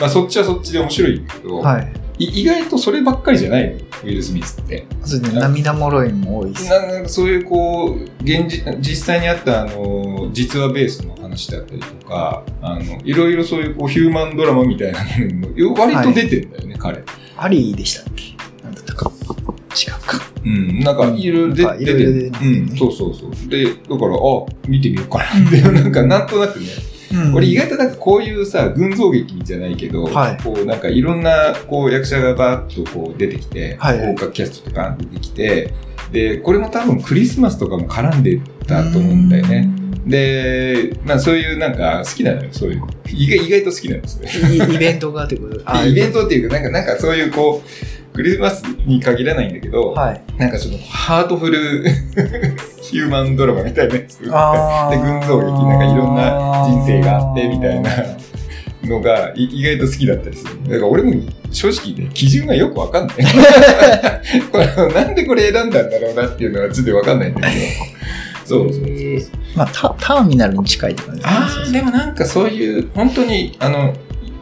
S1: まあ、そっちはそっちで面白いんだけど、
S2: はい。
S1: い意外とそればっかりじゃないの、ウィル・スミスって。
S2: そうですね。涙もろいも多いです。
S1: ななんかそういう、こう、現実、実際にあった、あの、実話ベースの話だったりとか、あの、いろいろそういう、こう、ヒューマンドラマみたいなのにも、割と出てんだよね、彼。
S2: ハリーでしたっけなんだったか。違うか。
S1: うん、なんかいろいろ
S2: なんか
S1: 出
S2: い
S1: 出
S2: ろ
S1: て
S2: いろ
S1: る
S2: 出。て
S1: う
S2: る
S1: ん、そうそうそう。で、だから、あ、見てみようかなっていう、なんかなんとなくね。
S2: うん
S1: 俺意外となんかこういうさ、群像劇じゃないけど、
S2: はい
S1: こうなんかいろんなこう役者がバーッとこう出てきて、
S2: はい
S1: 豪華キャストとか出てきて、で、これも多分クリスマスとかも絡んでたと思うんだよね。。で、まあそういうなんか好きなのよ、そういうの。意外意外と好きなんですね。
S2: うんイイベントがってこ と
S1: でイベン
S2: ト
S1: トっていうか、なんか、なんかそういうこう、クリスマスに限らないんだけど、
S2: はい。
S1: なんかそのハートフル ヒューマンドラマみたいなやつ
S2: あー
S1: で群像劇なんかいろんな人生があってみたいなのがい意外と好きだったりする。だから俺も正直ね、基準がよくわか んない。これなんでこれ選んだんだろうなっていうのはちょっとわかんないんだけど。そうそうそうそう。
S2: まあタ、ターミナルに近いって感じですね
S1: あ あ、でもなんかそういう、本当に、あの、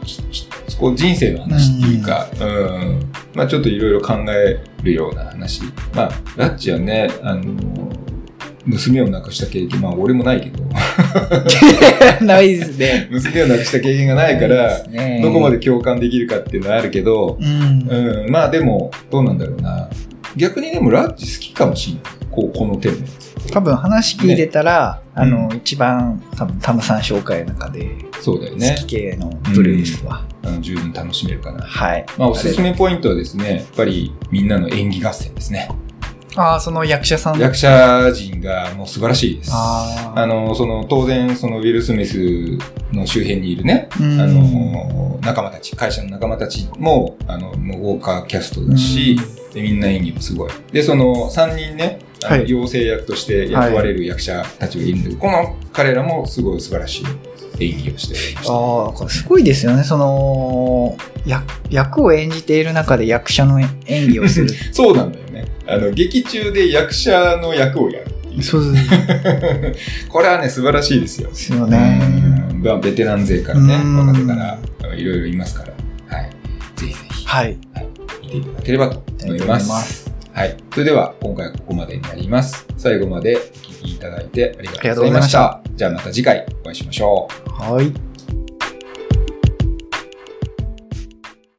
S1: ひひこう人生の話っていうか、うん、まあちょっといろいろ考えるような話。まあ、ラッチはね、あの、娘を亡くした経験、まあ俺もないけど、
S2: ないですね。
S1: 娘を亡くした経験がないから、どこまで共感できるかっていうのはあるけど、
S2: うん。
S1: うん、まあでも、どうなんだろうな。逆にでもラッチ好きかもしれない。こう、この点も。
S2: 多分話聞いてたら、
S1: ね
S2: あの、一番多分タムさん紹介の中で
S1: そうだよ
S2: 好
S1: ね
S2: き。系のブルーですわ、
S1: あの十分楽しめるかな。
S2: はい
S1: まあ、おすすめポイントはですね、やっぱりみんなの演技合戦ですね。
S2: ああその役者さん
S1: 役者陣がもう素晴らしいです。
S2: あー
S1: あの、その、当然、その、ウィル・スミスの周辺にいるね、
S2: うん
S1: あの、仲間たち、会社の仲間たちも、あの、もう豪華キャストだし、で、みんな演技もすごい。で、その、3人ね、あの
S2: はい
S1: 妖精役として雇われる役者たちがいるんで、この彼らもすごい素晴らしい演技をしておりました。
S2: ああこれすごいですよねその役役を演じている中で役者の演技をする
S1: そうなんだよね。あの、劇中で役者の役をやるっていう。
S2: そうです
S1: これはね、素晴らしいですよ。
S2: ですよね
S1: うんまあベテラン勢からね、
S2: うん
S1: 若手から、いろいろいますから、はい。ぜひぜひ、
S2: はい
S1: 見ていただければと思います。はい。それでは、今回はここまでになります。最後までお聞きいただいてありがとうございました。じゃあまた次回お会いしましょう。
S2: はい